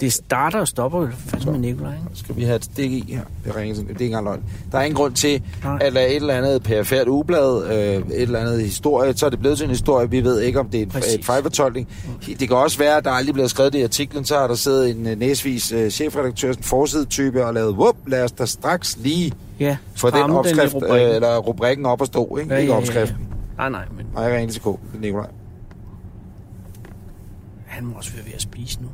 det starter og stopper jo fandme med Nicolai, ikke?
Skal vi have et stik i her? Jeg ringer til Det er ikke engang løgn. Der er ingen grund til,
Nej.
at lade et eller andet perifært ublad, øh, et eller andet historie, så er det blevet til en historie. Vi ved ikke, om det er en,
Præcis. Mm.
et fejlfortolkning. Det kan også være, at der aldrig blev skrevet det i artiklen, så har der siddet en øh, næsvis øh, chefredaktør, sådan en forsidetype, og lavet, whoop, lad os da straks lige
Ja,
få den
stramme i
opskrift, den
rubrikken.
øh, eller rubrikken op at stå, ikke, ja, ikke opskriften. Ja,
Nej, nej, men
ja. Og jeg ringer til K, Det er Nikolaj.
han må også være ved at spise nu.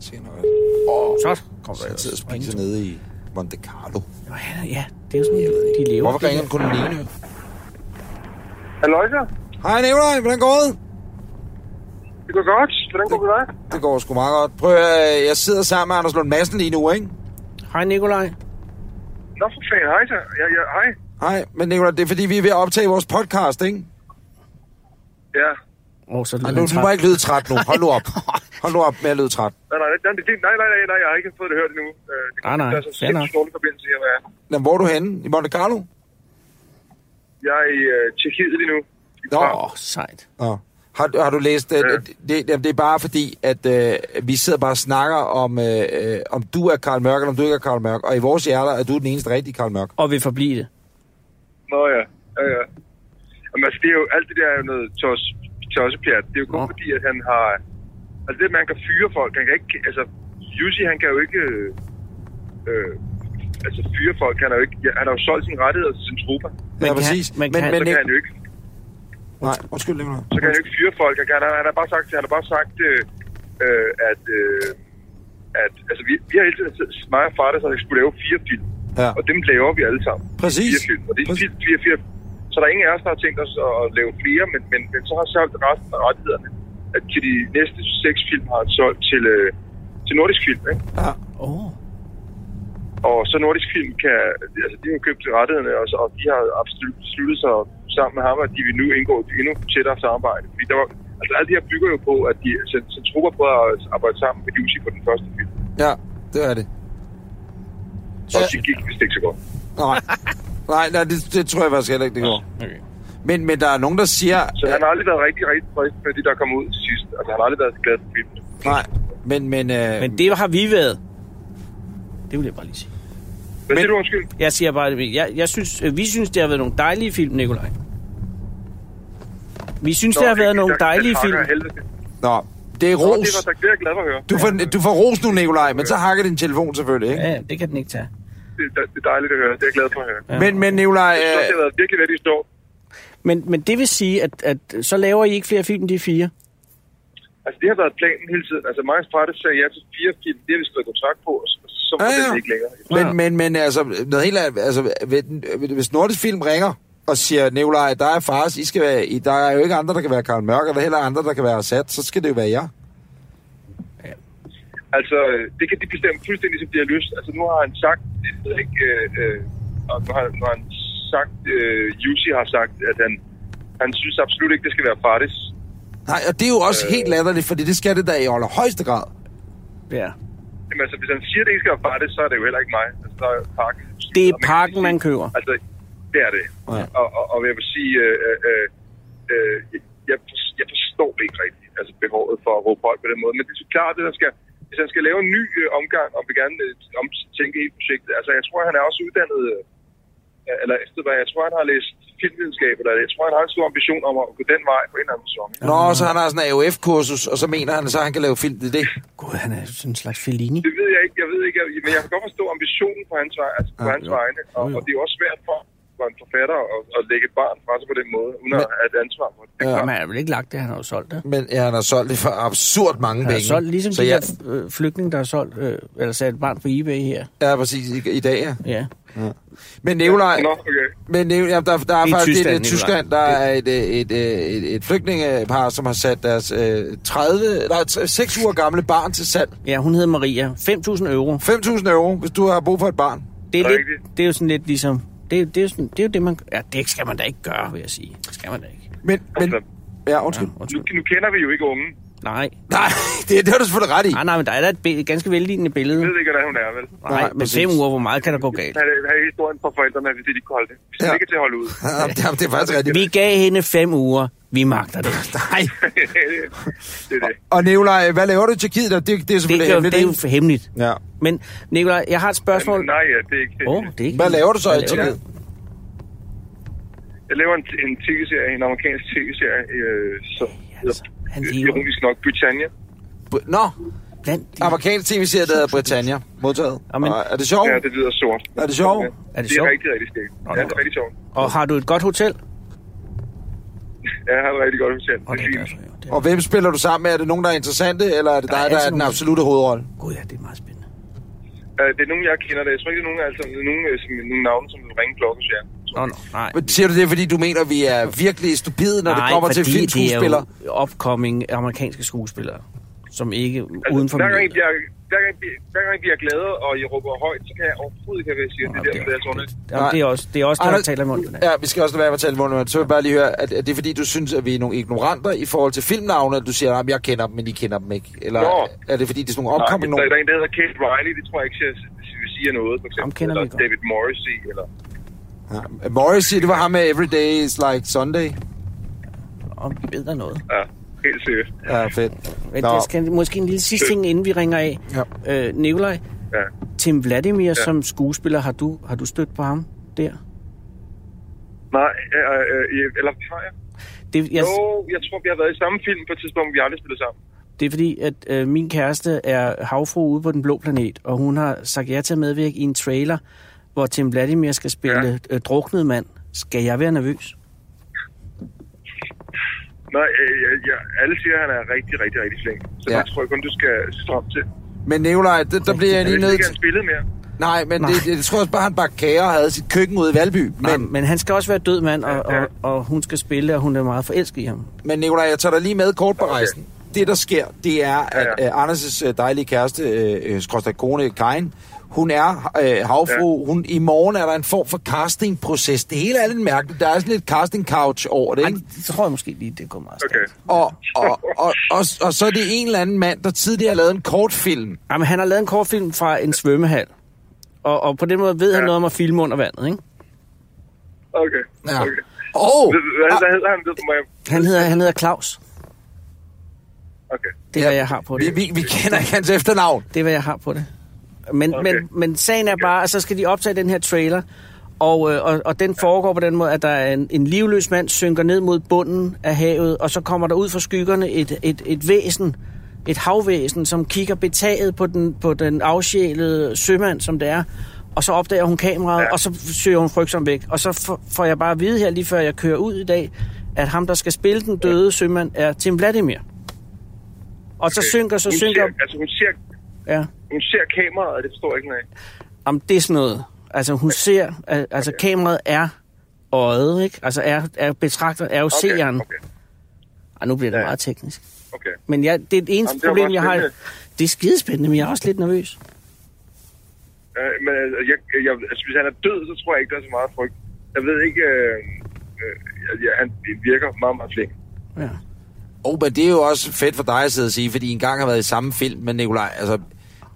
Siger nok, at
Så kom der
han sidder og
ellers.
spiser nede i Monte Carlo.
Nå, han er- Ja, det er jo sådan, de lever.
Hvorfor ringer han kun alene?
Halløj, så.
Hej Nikolaj, hvordan går det?
Det går godt. Hvordan går det med dig?
Det går sgu meget godt. Prøv at, høre, øh, jeg sidder sammen med Anders Lund Madsen lige nu, ikke?
Hej Nicolai.
Nå, for fanden. Hej, så. Ja, ja, hej.
Nej, men Nicolaj, det er fordi, vi er ved at optage vores podcast, ikke?
Ja.
Åh, så lyder
Ej,
han
nu, du må
træt.
ikke lyde træt nu. Hold nu op. Hold nu op med at lyde træt.
Nej, nej, nej, det, nej, nej, nej, nej, jeg har ikke fået det hørt endnu. Øh, det
Nej, nej,
Det er så
fair nok.
sindssygt dårlig forbindelse her, hvor jeg er.
Jamen, hvor er du henne? I Monte Carlo?
Jeg er i øh, Tjekkiet lige nu. I
Nå.
Prag.
Åh, oh, sejt.
Nå. Har, har du læst... Øh,
Ja.
det, det, jamen, det er bare fordi, at øh, vi sidder bare og snakker om, øh, øh, om du er Karl Mørk, eller om du ikke er Karl Mørk. Og i vores hjerter er du den eneste rigtige Karl Mørk.
Og vil forblive det.
Nå ja, ja, ja. Jamen, altså, det er jo, alt det der er jo noget tos, tossepjat. Det er jo kun
Nå.
fordi, at han har... Altså, det, at man kan fyre folk, han kan ikke... Altså, Jussi, han kan jo ikke... Øh, altså, fyre folk, han har jo ikke... Ja, han har jo solgt sine rettigheder til sin trupper.
Man
ja,
kan-
præcis.
man kan-
men,
Men så
men,
kan
ikke,
han jo ikke...
nej, undskyld, Nicolaj.
Så kan han jo ikke fyre folk. Han, kan, han, har- han har bare sagt, han har bare sagt øh, øh, at, øh, at... Altså, vi, vi har hele tiden... siddet- Mig og far, der sagde, at vi skulle lave fire film.
Ja.
Og dem laver vi alle sammen.
Præcis.
Fire film. Og det er
Præcis.
fire, fire, fire. Så der er ingen af os, der har tænkt os at at lave flere, men, men, men så har solgt resten af rettighederne at til de næste seks film har han solgt til, øh, til Nordisk Film. Ikke?
Ja.
Åh. Oh.
Og så Nordisk Film kan... Altså, de har jo købt rettighederne, og, så, og de har absolut besluttet sig sammen med ham, at de vil nu indgå i et endnu tættere samarbejde. Fordi der var, altså, alt det her bygger jo på, at de sen- Centropa prøver at arbejde sammen med Jussi på den første film.
ja, det er det.
Og
Ja.
det gik vist ikke så godt.
Nej, nej, nej det, det tror jeg faktisk heller ikke, det går.
Okay.
Men, men der er nogen, der siger...
Så han har aldrig været rigtig, rigtig tilfreds med det, der kom ud til sidst. Altså, han har aldrig været glad for filmen.
Nej, men... Men, øh,
Men det har vi været. Det vil jeg bare lige sige.
Hvad
Men-
siger du, undskyld?
Jeg siger bare, at jeg, jeg synes, øh, vi synes, det har været nogle dejlige film, Nikolaj. Vi synes, Nå, det har været nogle dejlige film.
Nå, det er
Nå, det var
ros.
da det er jeg glad for at høre.
Du får, du får ros nu, Nikolaj, men så hakker din telefon selvfølgelig, ikke?
Ja, ja, det kan den ikke tage.
Det, er- det er dejligt at høre. Det er jeg glad for at høre.
Ja.
Men, men Nikolaj...
Jeg synes, det
Øh,
har været virkelig, virkelig stort.
Men, men det vil sige, at, at så laver I ikke flere film, end de fire.
Altså, det har været planen hele tiden. Altså, Maja Stratte sagde ja til fire film. Det har vi skrevet kontrakt på, og så- så var
Ja, ja.
det ikke længere.
men, men, men altså, noget helt andet, altså, ved- hvis Nordisk Film ringer og siger, Nikolaj, der er fars, I skal være, I, der er jo ikke andre, der kan være Karl Mørk, og der er heller andre, der kan være Assad, så skal det jo være jer.
Altså, øh, det kan de bestemme fuldstændig, som de har lyst. Altså, nu har han sagt, det ved jeg ikke, øh, øh, og nu har, nu har han sagt, øh, Jussi har sagt, at han, han synes absolut ikke, det skal være Fartis.
Nej, og det er jo
Øh.
også helt latterligt, fordi det skal det da i allerhøjeste grad.
Ja.
Jamen, altså, hvis han siger, at det ikke skal være Fartis, så er det jo heller ikke mig. Altså, der er parken.
Det er parken, man køber.
Altså, det er det.
Ja.
Ja. Og, og, og jeg vil sige, øh, øh, øh, øh, jeg, for- jeg forstår det ikke rigtigt, altså behovet for at råbe højt på den måde. Men det er så klart, at der skal, hvis han skal lave en ny øh, omgang, og vil gerne øh, omtænke hele projektet. Altså, jeg tror, han er også uddannet, øh, eller efter hvad, jeg tror, han har læst filmvidenskab, eller jeg tror, han har en stor ambition om at gå den vej på en eller anden sæson.
Nå, så han har sådan en AOF-kursus, og så mener han, så han kan lave film til det.
Gud, han er sådan en slags Fellini.
Det ved jeg ikke, jeg ved ikke, jeg, men jeg kan godt forstå ambitionen på hans, vej, altså på
Ja,
hans
jo.
vegne, og,
Jo, jo.
og det er jo også svært for, for en forfatter at, at lægge et barn fra sig på den måde, uden at
Men-
have et ansvar for det.
Ja.
Jamen, han har vel ikke lagt det, han har jo solgt det.
Men ja, han har solgt det for absurd mange
Han har
penge.
solgt, ligesom
så
de
jeg,
der øh, flygtninge, der har solgt, øh, eller sat et barn på eBay her.
Ja, præcis, i, i dag, ja.
Ja.
Men Nikolaj,
Nå, okay.
Men det, er jo- ja, der, der er
Det er
faktisk Tyskland,
Tyskland,
et,
Nicolaj.
et, Tyskland, der er et, øh, et, øh, et, et flygtningepar, som har sat deres øh, 30, nej, 6 uger gamle barn til salg.
Ja, hun hedder Maria. 5.000 euro.
5.000 euro, hvis du har brug for et barn.
Det er,
Er det
lidt,
rigtigt?
det er jo sådan lidt ligesom... Det er, det, er jo sådan, det er jo det, man... Ja, det skal man da ikke gøre, vil jeg sige. Det skal man da ikke.
Men, men,
Altså-
ja, undskyld.
Nu,
Undskyld.
nu kender vi jo ikke unge.
Nej. Ah,
Nej, det, det har du selvfølgelig ret i.
Nej, nej, men der er da et billede, ganske vellignende billede.
Jeg ved ikke, hvordan hun er, vel?
Nej, men
præcis.
fem uger, hvor meget kan der gå galt?
Her er- her er historien for forældrene, hvis det de kunne holde det. Hvis
Ja.
ja. ikke til at holde ud.
Jamen, det, jamen, det er faktisk rigtigt.
Vi gav hende fem uger. Vi magter det.
Nej.
det er det.
Og Nikolaj, hvad laver du i Tjekkiet? Det, det er
Det,
selvfølgelig
er jo, det er
hemmeligt,
jo hemmeligt.
ikke? Ja.
Men, Nicolaj, jeg har et spørgsmål.
Men, nej, ja, det er ikke det.
Åh, oh, det er ikke
Hvad laver du så
Hvad
i Tjekkiet?
Jeg laver en, en tv-serie, en amerikansk tv-serie, øh, som
altså, han
hedder,
lever.
ironisk nok, Britannia.
Br- Nå,
Blandt de...
amerikansk tv-serie, der hedder Britannia. Modtaget.
Amen.
Og Er det sjovt?
Ja, det lyder sort.
Er det sjovt?
Ja.
Er det
det
sjovt?
er rigtig, rigtig skægt. Ja, det er rigtig sjovt.
Og har du et godt hotel?
Ja, jeg har et rigtig godt hotel.
Og det
fint.
gør så jo. Det er,
Og hvem spiller du sammen med? Er det nogen, der er interessante, eller er det
Der er
dig, der er
altid
den
nogen.
absolute hovedrolle?
gud, ja, det er meget spændende.
Øh, det er nogen, jeg kender. Det. Jeg tror ikke, det er nogen, altså, nogen, øh, som, nogen navne, som vil ringe klokken, siger jeg.
Nå, nå, nej.
Men Siger du det, fordi du mener, vi er virkelig stupide, når
nej,
det kommer til
fordi det er
filmskuespillere?
jo opkomming amerikanske skuespillere. som ikke
Altså,
uden for
hver, gang,
miljøet.
jeg, hver, gang, hver gang jeg bliver glad, og jeg råber højt, så kan jeg overhovedet ikke have, hvad jeg siger. det er derfor, jeg tror
det,
lidt.
jamen, det, er også, det er også det, der taler i munden.
Ja, vi skal også lade være med at tale i munden. Så vil jeg bare lige høre, at, at det er fordi, du synes, at vi er nogle ignoranter i forhold til filmnavne, at du siger, at jeg kender dem, men I kender dem ikke? Eller
Nå.
er det fordi, det er sådan nogle
Nej,
opkommende
der,
nogen?
der er en, der hedder Kate Riley, det tror jeg ikke, jeg vil sige jer noget, for
Ham
eksempel.
kender vi
eller
godt.
David Morrissey, eller...
Ja. Morrissey, det var ham med Everyday is like Sunday.
Om vi ved der noget.
Ja, helt sikkert.
Ja, fedt.
Men
Nå.
der skal måske en lille sidste ting, inden vi ringer af.
Ja.
Øh, Nikolaj,
Ja.
Tim Vladimir ja. som skuespiller, har du, har du stødt på ham der?
Nej, øh, øh, øh, eller hvad har jeg?
Det, jeg,
Jo, jeg tror, vi har været i samme film på et tidspunkt, vi aldrig spillet sammen.
det er fordi, at øh, min kæreste er havfru ude på den blå planet, og hun har sagt ja til at medvirke i en trailer, hvor Tim Vladimir skal spille ja. øh, druknet mand. Skal jeg være nervøs?
Nej, øh, jeg, jeg, alle siger, at han er rigtig, rigtig, rigtig flink. Så
Ja.
ja. det tror jeg kun, du skal se frem til.
Men Nikolaj, der, der bliver jeg
Jeg
lige
ved
nødt
ikke,
til...
han spillede mere.
Nej, men
Nej.
det, det, jeg tror også bare, han bare kager og havde sit køkken ude i Valby.
Men, Nej,
Men,
men han skal også være død mand, og,
Ja, ja.
og, og hun skal spille, og hun er meget forelsket i ham.
men Nikolaj, jeg tager dig lige med kort på rejsen. Det, der sker, det er, at
Ja,
øh, Anders' øh, dejlige kæreste, øh, øh, skråstreg kone, Karin, hun er øh, havfru. Hun, I morgen er der en form for castingproces. Det hele er lidt mærkeligt. Der er sådan lidt casting couch over det,
Ej,
ikke?
det tror jeg måske lige, det går meget stærkt.
Okay.
Okay.
Og, og, og, og, og så er det en eller anden mand, der tidligere har lavet en kortfilm.
Jamen, han har lavet en kortfilm fra en svømmehal, og, og på den måde ved ja. han
Ja.
noget om at filme under vandet, ikke?
Okay,
Ja. Oh.
okay.
Og,
Hvad, hvad, hvad hedder han? Det må jeg...
Han hedder, han hedder Claus.
Okay.
Det er, ja. hvad jeg har på
vi,
det.
vi, vi kender ikke hans efternavn.
Det er, hvad jeg har på det. Men, okay.
Okay.
men, men sagen er bare, at så skal de optage den her trailer, og, øh, og, og den foregår på den måde, at der er en, en livløs mand synker ned mod bunden af havet, og så kommer der ud fra skyggerne et, et, et væsen, et havvæsen, som kigger betaget på den, på den afsjælede sømand, som det er, og så opdager hun kameraet, ja.
Ja.
og så søger hun frygtsomt væk. Og så f- får jeg bare at vide her, lige før jeg kører ud i dag, at ham, der skal spille den døde sømand, er Tim Vladimir. Og så synker, så
hun
synker...
Ser, altså, hun ser,
Ja.
hun ser kameraet, og det forstår jeg ikke noget af.
om det er sådan noget. Altså hun ser, al- altså okay. kameraet er øjet, ikke? Altså er, er betragter, er jo okay.
Okay,
seeren.
okay,
Ej, nu bliver det ja.
Ja.
meget teknisk.
okay.
Men jeg, det er det eneste
Jamen,
Jamen,
det var
problem,
meget
jeg har.
spændende.
Det er skidespændende, men jeg er også lidt nervøs.
Øh, men altså, jeg, jeg, altså, hvis han er død, så tror jeg ikke, der er så meget frygt. Jeg ved ikke... Øh, øh, ja, han virker meget, meget flink.
Ja.
Åh, oh, men det er jo også fedt for dig at sidde og sige, fordi I engang har været i samme film med Nikolaj. Altså,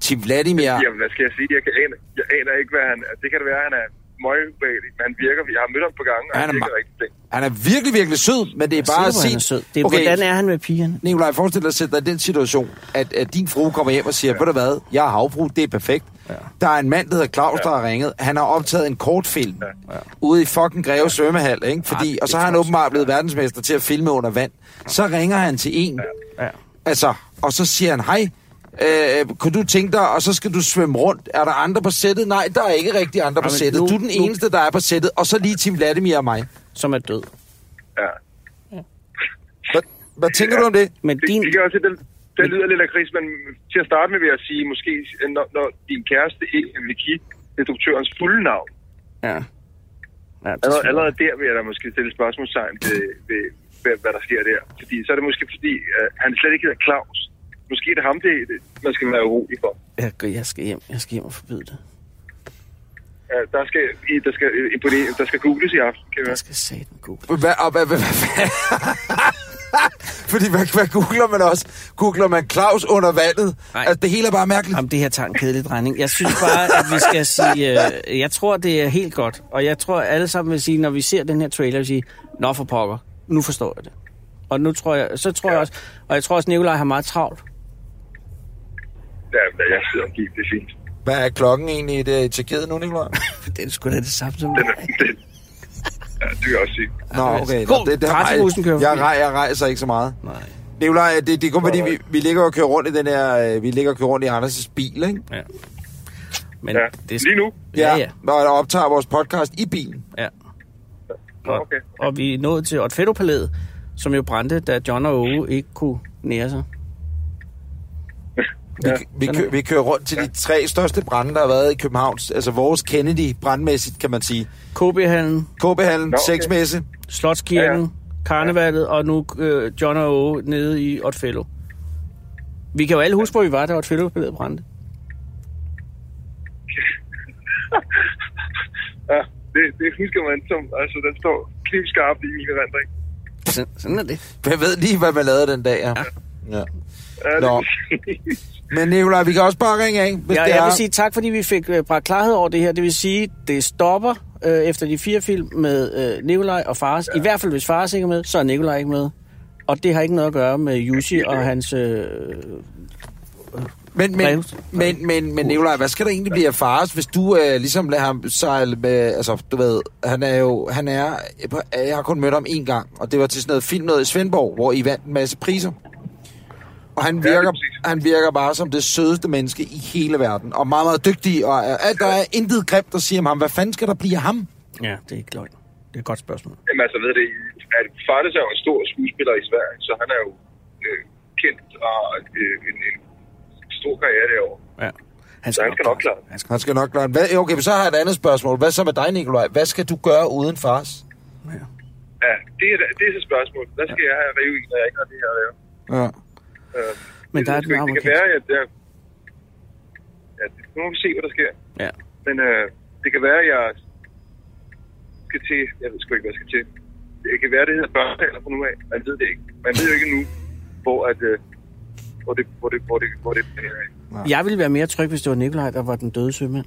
Tim Vladimir...
Ja. Jamen, hvad skal jeg sige? Jeg, kan, aner, jeg aner ikke, hvad han er. Det kan det være, at han er møgubehagelig, men han virker... Jeg har mødt ham på gange, og
Ja,
han,
han er
virker
ma-
rigtig flink.
Han er virkelig, virkelig sød, men det er bare
Bare
at
Super, han
sige...
er sød. Det er, okay. Hvordan er han med pigerne?
Nikolaj, forestil dig at sætte dig i den situation, at, at din frue kommer hjem og siger, ja. ved du hvad, jeg har havbrug, det er perfekt. Ja. Der er en mand, der hedder Claus, ja. der har ringet. Han har optaget en kortfilm ja. Ja. ude i fucking Greve ja. Svømmehal, ikke? Fordi,
det
og så har han
tror jeg
åbenbart blevet verdensmester til at filme under vand. Så ringer han til en,
Ja.
Altså, og så siger han, hej, øh, kunne du tænke dig, og så skal du svømme rundt. Er der andre på sættet? Nej, der er ikke rigtig andre på
men
sættet.
nu-
Du er den
nu-
eneste, der er på sættet, og så lige Tim Vladimir og mig.
Som er død.
Ja.
Hvad, hvad tænker du om det?
Men
Det,
din...
det kan også den, den lyder lidt af kris, men til at starte med vil jeg sige, måske når, når din kæreste E- ikke vil give instruktørens fulde navn,
Ja. Ja, det
Allerede,
er
allerede der vil jeg da måske stille spørgsmålstegn ved, ved, ved, hvad der sker der. Fordi så er det måske fordi, at han slet ikke hedder Claus. Måske er det ham, det, det man skal være urolig for.
jeg, jeg skal hjem. Jeg skal hjem og forbyde det.
Ja, Øh, Der skal, i- der skal, øh, imponere, der skal googles i aften, kan jeg
Jeg
høre.
skal satme google.
Hvad, og hvad, hvad, hvad, Fordi hvad, hvad googler man også? Googler man Claus under vandet?
Nej.
Altså, det hele er bare mærkeligt.
Jamen, det her tager en kedelig drejning. Jeg synes bare, at vi skal sige... Øh, jeg tror, det er helt godt. Og jeg tror, at alle sammen vil sige, når vi ser den her trailer, vil sige, Nå for pokker, nu forstår jeg det. Og nu tror jeg... Så tror ja. jeg også... Og jeg tror også, Nikolaj har meget travlt.
Ja, men jeg sidder og giver, det er fint.
Hvad er klokken egentlig i det i Tjekkiet nu, Nicolaj?
Det er sgu da det samme som...
Den, er- den, ja, det vil jeg også sige.
Nå, okay. Nå,
God, pressebussen kører
jeg,
forbi.
jeg, rej- jeg rejser ikke så meget.
Nej.
Nicolaj, det, det er kun fordi, vi, vi ligger og kører rundt i den her... øh, Vi ligger og kører rundt i Anders' bil, ikke?
Ja. Men
Ja.
det
Lige nu?
Ja,
Ja,
ja.
ja. og optager vores podcast i bilen.
ja.
Nå, okay.
Og vi er nået til Otfetto-palæet, som jo brændte, da John og Åge ikke kunne nære sig.
Vi, ja, vi, kø, vi kører rundt til de tre største brænde, der har været i København. Altså vores Kennedy, brandmæssigt kan man sige.
KB-hallen,
KB-hallen,
Nå,
okay.
okay.
sexmesse.
Slotskirken,
Ja,
ja, ja. Karnevalet og nu øh, John og Åge nede i Otfello. Vi kan jo alle huske, hvor vi var, der var et fældepalæet brændte.
Ja, det, det husker man som, altså den står knivskarpt i min erindring.
Sådan, Altså, sådan er det.
Jeg ved lige, hvad man lavede den dag, ja. ja.
Ja,
Nå.
det-
Men Nicolaj, vi kan også bare ringe af, hvis
Ja,
det
jeg
er...
vil sige tak, fordi vi fik øh, bragt klarhed over det her. Det vil sige, det stopper øh, efter de fire film med øh, Nikolaj og Fares. I hvert fald, hvis Fares ikke er med, så er Nikolaj ikke med. Og det har ikke noget at gøre med Jussi og hans... Øh,
Men, men,
Reus.
men, men, men Nicolaj, hvad skal der egentlig blive af Fares, hvis du øh, ligesom lader ham sejle med... Altså, du ved, han er jo... Han er, jeg har kun mødt ham én gang, og det var til sådan noget film noget i Svendborg, hvor I vandt en masse priser. Og han
det er
virker,
præcis.
han virker bare som det sødeste menneske i hele verden, og meget, meget dygtig, og er- alt, der er intet grimt at sige om ham. Hvad fanden skal der blive af ham?
ja, det er ikke løgn. Det er et godt spørgsmål.
Jamen altså, ved det, at Farnes er jo en stor skuespiller i Sverige, så han er jo øh, kendt og har øh, en, en stor karriere derovre.
Ja.
Så han skal nok klare det.
Han skal,
Han skal nok klare... Hvad, okay, så har jeg et andet spørgsmål. Hvad så med dig, Nicolaj? Hvad skal du gøre uden Fares?
ja.
Ja, det er, det er så et spørgsmål. Hvad skal jeg have at rive i, når jeg ikke har det her at lave?
Ja.
Øh,
Men
det
der er den
ved jeg sgu ikke. Det kan
amerikanske.
være, at jeg... Ja, det nu må vi se, hvad der sker.
ja.
Men øh, det kan være, at jeg skal til... Jeg ved sgu ikke, hvad jeg skal til. Det kan være, det hedder børnetaler fra nu af. Man ved det ikke. Man ved jo ikke nu, hvor, at, øh, hvor det... Hvor det, hvor det, hvor det øh,
Jeg ville være mere tryg, hvis det var Nikolaj, der var den døde sømand.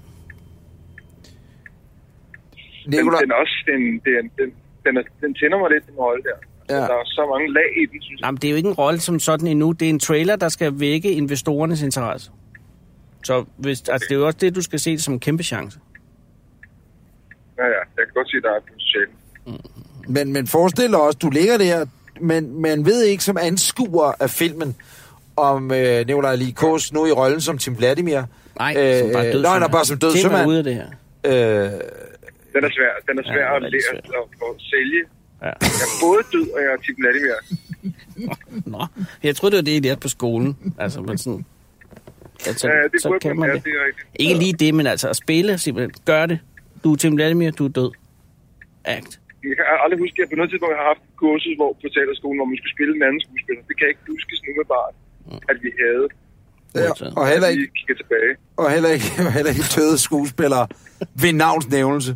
den,
Nicolaj...
den, er også, den, den, den, den, er, den tænder mig lidt, den rolle der.
Ja.
Ja. Der er så mange lag i den, synes jeg.
Jamen, det er jo ikke en rolle som sådan endnu. Det er en trailer, der skal vække investorernes interesse. Så hvis, altså, det er jo også det, du skal se det som en kæmpe chance.
Ja, ja. Jeg kan godt se, at der er potentiale.
Men, men forestil dig også, du ligger der, men man ved ikke som anskuer af filmen, om øh, Nikolaj Likos nu i rollen som Tim Vladimir. øh,
Nej, som bare død
nej, nej, bare som død
Tim er
sømand.
ude af det her.
Øh,
Den er svær, den er svær
Ja, den er
ja, at,
lidt
lære,
svær.
at, at, sælge.
Ja.
Jeg er både død, og jeg er Tim Vladimir.
Nå, jeg troede, det var det, I lærte på skolen. Altså, men sådan... Altså,
Ja, det
så
burde
kan man
man ja,
det.
det er rigtigt.
Ikke lige det, men altså at spille, simpelthen. Gør det. Du er Tim Vladimir, du er død. Act.
Jeg kan aldrig huske, at jeg på noget tidspunkt har haft kurset hvor på teaterskolen, hvor man skulle spille en anden skuespiller. Det kan jeg ikke huske sådan umiddelbart,
Mm.
at vi havde.
ja,
Modtaget.
og heller
Vi
ikke,
kigger tilbage.
og heller ikke, og heller ikke døde skuespillere ved navnsnævnelse.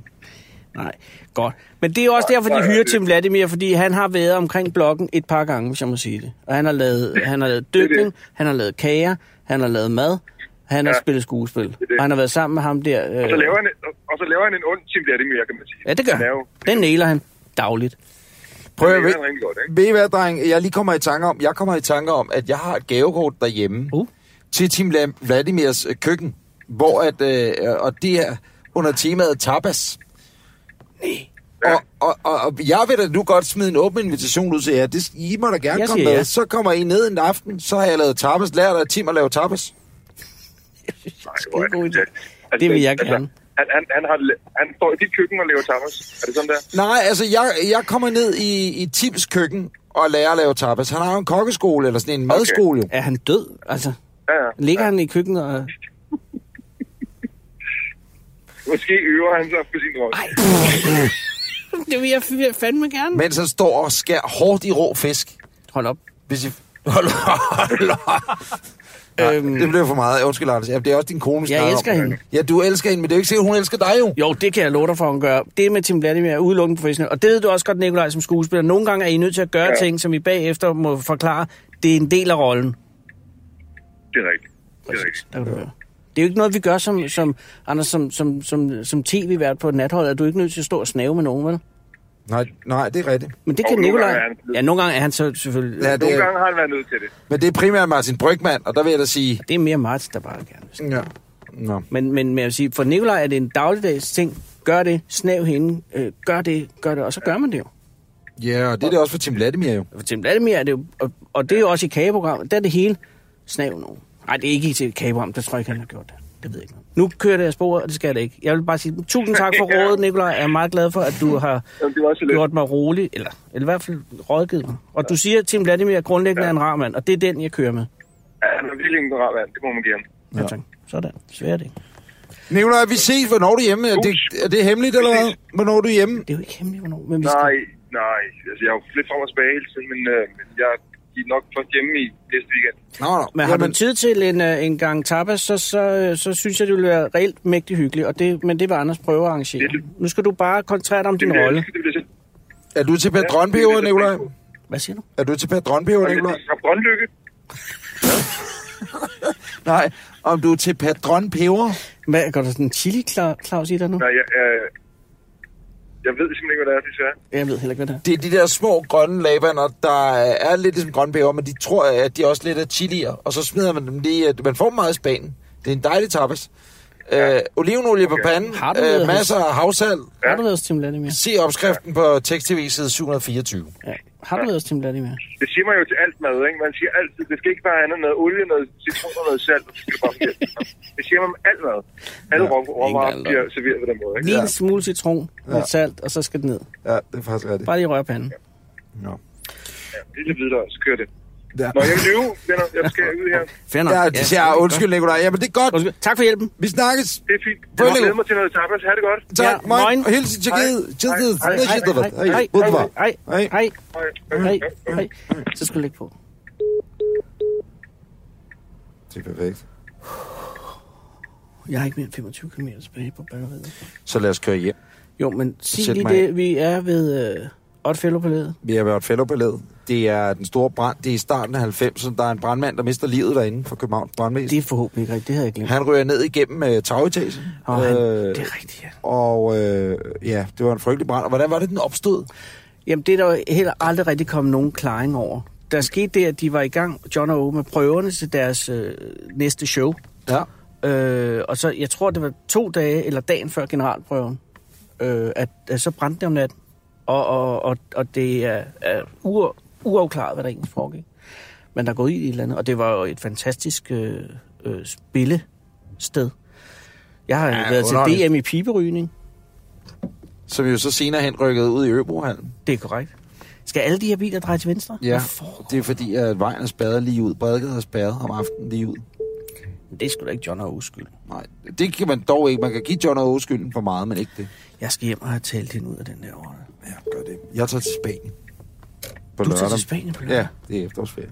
Nej, godt. Men det er jo også derfor, de
nej,
hyrer
det-
Tim Vladimir, fordi han har været omkring blokken et par gange, hvis jeg må sige det. Og han har lavet, han har lavet
Det er det.
dykning, han har lavet kager, han har lavet mad, han har
Ja.
spillet skuespil.
det.
Og han har været sammen med ham der.
Og
Øh...
så laver han, og så laver han en ond Tim Vladimir, kan man sige.
Ja, det gør
Han er
han.
jo-
Den næler han dagligt.
Prøv at
Det
ved,
er rigtig godt, ikke?
ved I hvad, dreng? Jeg lige kommer i tanke om, jeg kommer i tanke om, at jeg har et gavekort derhjemme
Uh.
til Tim Lam- Vladimirs øh, køkken, hvor at, øh, og det er under temaet tapas. Og, og, og, og jeg vil da nu godt smide en åben invitation ud til jer. Det, I må da gerne
Jeg
komme
siger
med.
ja.
Så kommer I ned en aften, så har jeg lavet tapas. Lærer dig Tim at lave tapas.
Nej, hvor
Skide
er det
god idé.
fantastisk. Altså,
Det vil jeg gerne.
Han, han, han, har, la- han står i dit køkken og laver tapas. Er det sådan der?
Nej, altså jeg, jeg kommer ned i, i Tims køkken og lærer at lave tapas. Han har jo en kokkeskole, eller sådan en madskole. jo.
Er han død? Altså,
Ja, ja.
ligger han i køkkenet og...
Måske øver han sig på sin rolle.
Ej. det vil jeg f- fandme gerne.
Mens han står og skærer hårdt i rå fisk.
Hold op.
Hvis I... Hold hold op.
Øhm,
Det blev for meget. Undskyld, Anders. Ja, det er også din kone, vi
Jeg
snakker om.
elsker hende.
Ja, du elsker hende, men det er jo ikke sikkert, hun elsker dig jo.
jo, det kan jeg love dig for, at hun gør. Det med Tim Vladimir er udelukkende professionel. Og det ved du også godt, Nikolaj, som skuespiller. Nogle gange er I nødt til at gøre ja.
Ja.
ting, som I bagefter må forklare. Det er en del af rollen.
Det er rigtigt. Det er rigtigt.
Der kan du høre. Det er jo ikke noget, vi gør som, som, Anders, som, som, som, som tv-vært på et nathold. Er du ikke nødt til at stå og snave med nogen, vel?
Nej, nej, det er rigtigt.
Men det
Og
kan
nogle
Nikolaj...
gange er han-
Ja, nogle gange er han så selvfølgelig...
Ja, det
Nogle
er,
gange har han været nødt til det.
men det er primært Martin Brygman, og der vil jeg da sige...
Det er mere Martin, der bare gerne vil
Ja. Nå.
Men, men, men jeg vil sige, for Nikolaj er det en dagligdags ting. Gør det, snav hende, øh, gør det, gør det, og så gør man det jo.
Ja, og det er det også for Tim Vladimir jo.
For Tim Vladimir er det jo, og, og det er jo også i kageprogrammet, der er det hele, snav nogen. Nej, det er ikke i et kageprogram, der tror jeg ikke, han har gjort det. Det ved jeg ikke. Nu kører det af sporet, og det skal jeg da ikke. Jeg vil bare sige, tusind tak for rådet, Nikolaj. Jeg er meget glad for, at du har
Jamen, det var også lidt.
gjort mig rolig, eller, eller i hvert fald rådgivet mig. Og du siger, at Tim Vladimir grundlæggende er en rar mand, og det er den, jeg kører med.
Ja, han er virkelig en rar mand. Det må man give ham.
Ja. tak. Sådan. Svært det.
Nicolaj, vi ses. Hvornår er du hjemme? Er det, er det hemmeligt, eller hvad? Hvornår er du hjemme?
Det er jo ikke hemmeligt, hvornår. Men vi skal...
Nej, nej. Altså, jeg har jo lidt frem og tilbage hele tiden, men, øh, men jeg de er nok først hjemme i næste weekend.
Nå, nå.
Men har Jamen. du tid til en, øh, en gang tapas, så, så, øh, så synes jeg, det ville være reelt mægtig hyggeligt. Og det, men det var Anders prøve at arrangere.
Det-
Nu skal du bare koncentrere dig om
Det
din
bliver-
rolle.
Det bliver sådan.
Er du til Per
Ja,
Drønbjerg,
det er
Nikolaj?
det.
Hvad siger du?
Er du til Per Drønbjerg,
Og
Nikolaj?
jeg har brøndlykke.
Nej, om du er til Per Drønbjerg?
Hvad, går der sådan en chili, Cla- Claus, i dig nu?
Nej, jeg, øh, jeg ved simpelthen ikke, hvad det er, desværre.
Jeg ved heller ikke, hvad det er.
Det er de der små grønne lavander, der er lidt ligesom grønbæver, men de tror, at de også lidt er chilier. Og så smider man dem lige... øh, Man får dem meget i Spanien. Det er en dejlig tapas. Ja. Øh, olivenolie okay. på panden,
Har du
øh,
noget-
masser af havsalt.
Ja. Har du været hos Tim Vladimir?
Se opskriften på tekst-tv side 724.
Ja. Har du været hos Tim Vladimir?
Det siger man jo til alt mad, ikke? Man siger altid, det skal ikke være andet end noget olie, noget citron og noget salt. og Så skal det, bare forkert. det siger man om alt mad. Alle ja, råvarer
engang
bliver serveret på den måde, ikke?
Lige en smule citron, lidt salt, og så skal det ned.
Ja, det er faktisk rigtigt.
Bare lige røre panden.
No.
Lille videre, så kører det.
Ja.
Nå, jeg vil løbe, venner. Jeg skal ud her.
Fair nok.
Ja, det, ja, undskyld, Nikolaj. Ja, men det er godt.
Undskyld. Tak for hjælpen.
Vi snakkes.
Det er fint.
Farvel,
Jeg glæder
Leo.
mig til noget tapas. Ha' det godt.
Tak,
Ja,
ja, moin.
moin.
Og hilsen til Gide. Til
Hej.
Gide.
Hej.
Hej, hej, hej, hej. Udvar.
hej, hej, hej,
Hej.
hej, hej. Så skulle du lægge på.
Det er perfekt.
Jeg har ikke mere end 25 km tilbage på batteriet.
Så lad os køre hjem.
Jo, men sig
Sæt
lige
mig
det, vi er ved øh, Oddfellow på ledet.
Vi har været fællopallet. Det er den store brand. Det er i starten af 90'erne. Der er en brandmand, der mister livet derinde for Københavns brandvæsen.
Det er forhåbentlig ikke rigtigt, det havde jeg glemt.
Han ryger ned igennem øh, tagetagen.
Og han,
Øh,
det er rigtigt, ja.
og øh, ja, det var en frygtelig brand. Og hvordan var det, den opstod?
Jamen, det er der jo heller aldrig rigtig kommet nogen klaring over. Der skete det, at de var i gang, John og Åge, med prøverne til deres øh, næste show.
Ja.
Øh, og så, jeg tror, det var to dage eller dagen før generalprøven, øh, at, at så brændte det om natten. Og, og, og, og det er, er uaf, uafklaret, hvad der egentlig foregik. Men der er gået i det et eller andet, og det var jo et fantastisk øh, øh, spillested. Jeg har ja, været til
underholdning.
DM i piberygning.
Som jo så senere hen rykkede ud i Øbrohallen.
Det er korrekt. Skal alle de her biler dreje til venstre? Hvad foregår?
Det er fordi, at vejen er spærret lige ud. Bredgade er spærret om aftenen lige ud.
Men Det er sgu da ikke John og Åges skyld.
Nej, det kan man dog ikke. Man kan give John og Åge skylden for meget, men ikke det.
Jeg skal hjem og have talt hende ud af den der rolle.
Ja, gør det. Jeg tager til Spanien. På
Du tager til Spanien på lørdag?
Ja, det er efterårsferie.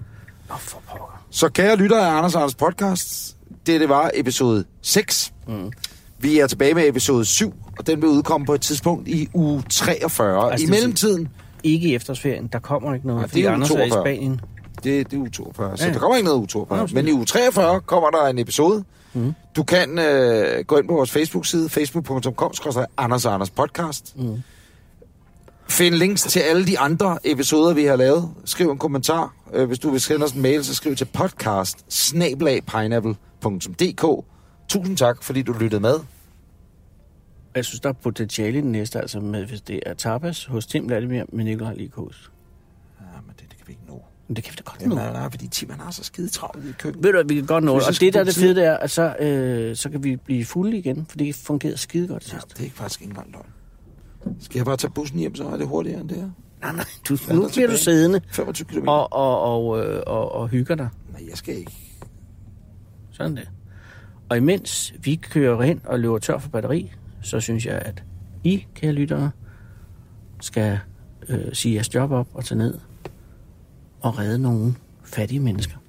Nå, for pokker.
Så kære lyttere af Anders og Anders podcast, det, det var episode 6. Mm. Vi er tilbage med episode 7, og den vil udkomme på et tidspunkt i uge 43.
Altså,
Altså, I
det vil
mellemtiden,
Ikke i efterårsferien. Der kommer ikke noget,
Nej, det
fordi
er jo
Anders er i
42.
Spanien.
det, det er uge 42, så
Ja.
ja. der kommer ikke noget uge 42.
Nå,
Ja,
så-
men i uge 43 kommer der en episode. Mm. Du kan øh, gå ind på vores Facebook-side, facebook.com, Anders og Anders podcast. Mm. Find links til alle de andre episoder, vi har lavet. Skriv en kommentar. Øh, Hvis du vil sende os en mail, så skriv til podcast Tusind tak, fordi du lyttede med.
Jeg synes, der er potentiale i den næste, altså med, hvis det er tapas hos Tim Vladimir med Nikolaj Likos.
Ja, men det, det kan vi ikke nå.
Men det kan vi da godt
Jamen,
nå.
nej, nej, fordi Tim han har så skide travlt i køkkenet.
Ved du, hvad, vi kan godt nå.
Hvis
det.
jeg
Og
skal
det, der er det
bruge
fede, det er, at så, øh, så kan vi blive fulde igen, for det fungerede skide godt
Ja,
sidst.
det er ikke faktisk ikke engang løgn. Skal jeg bare tage bussen hjem, så er det hurtigere end det her?
Nej, nej, du,
Ja,
nu
der er
bliver du
tilbage.
siddende
25 km. Og...
og, og, og, øh, og, og hygger dig.
Nej, jeg skal ikke.
Sådan det. Og imens vi kører hen og løber tør for batteri, så synes jeg, at I, kære lyttere, skal øh, sige jeres job op og tage ned og redde nogle fattige mennesker.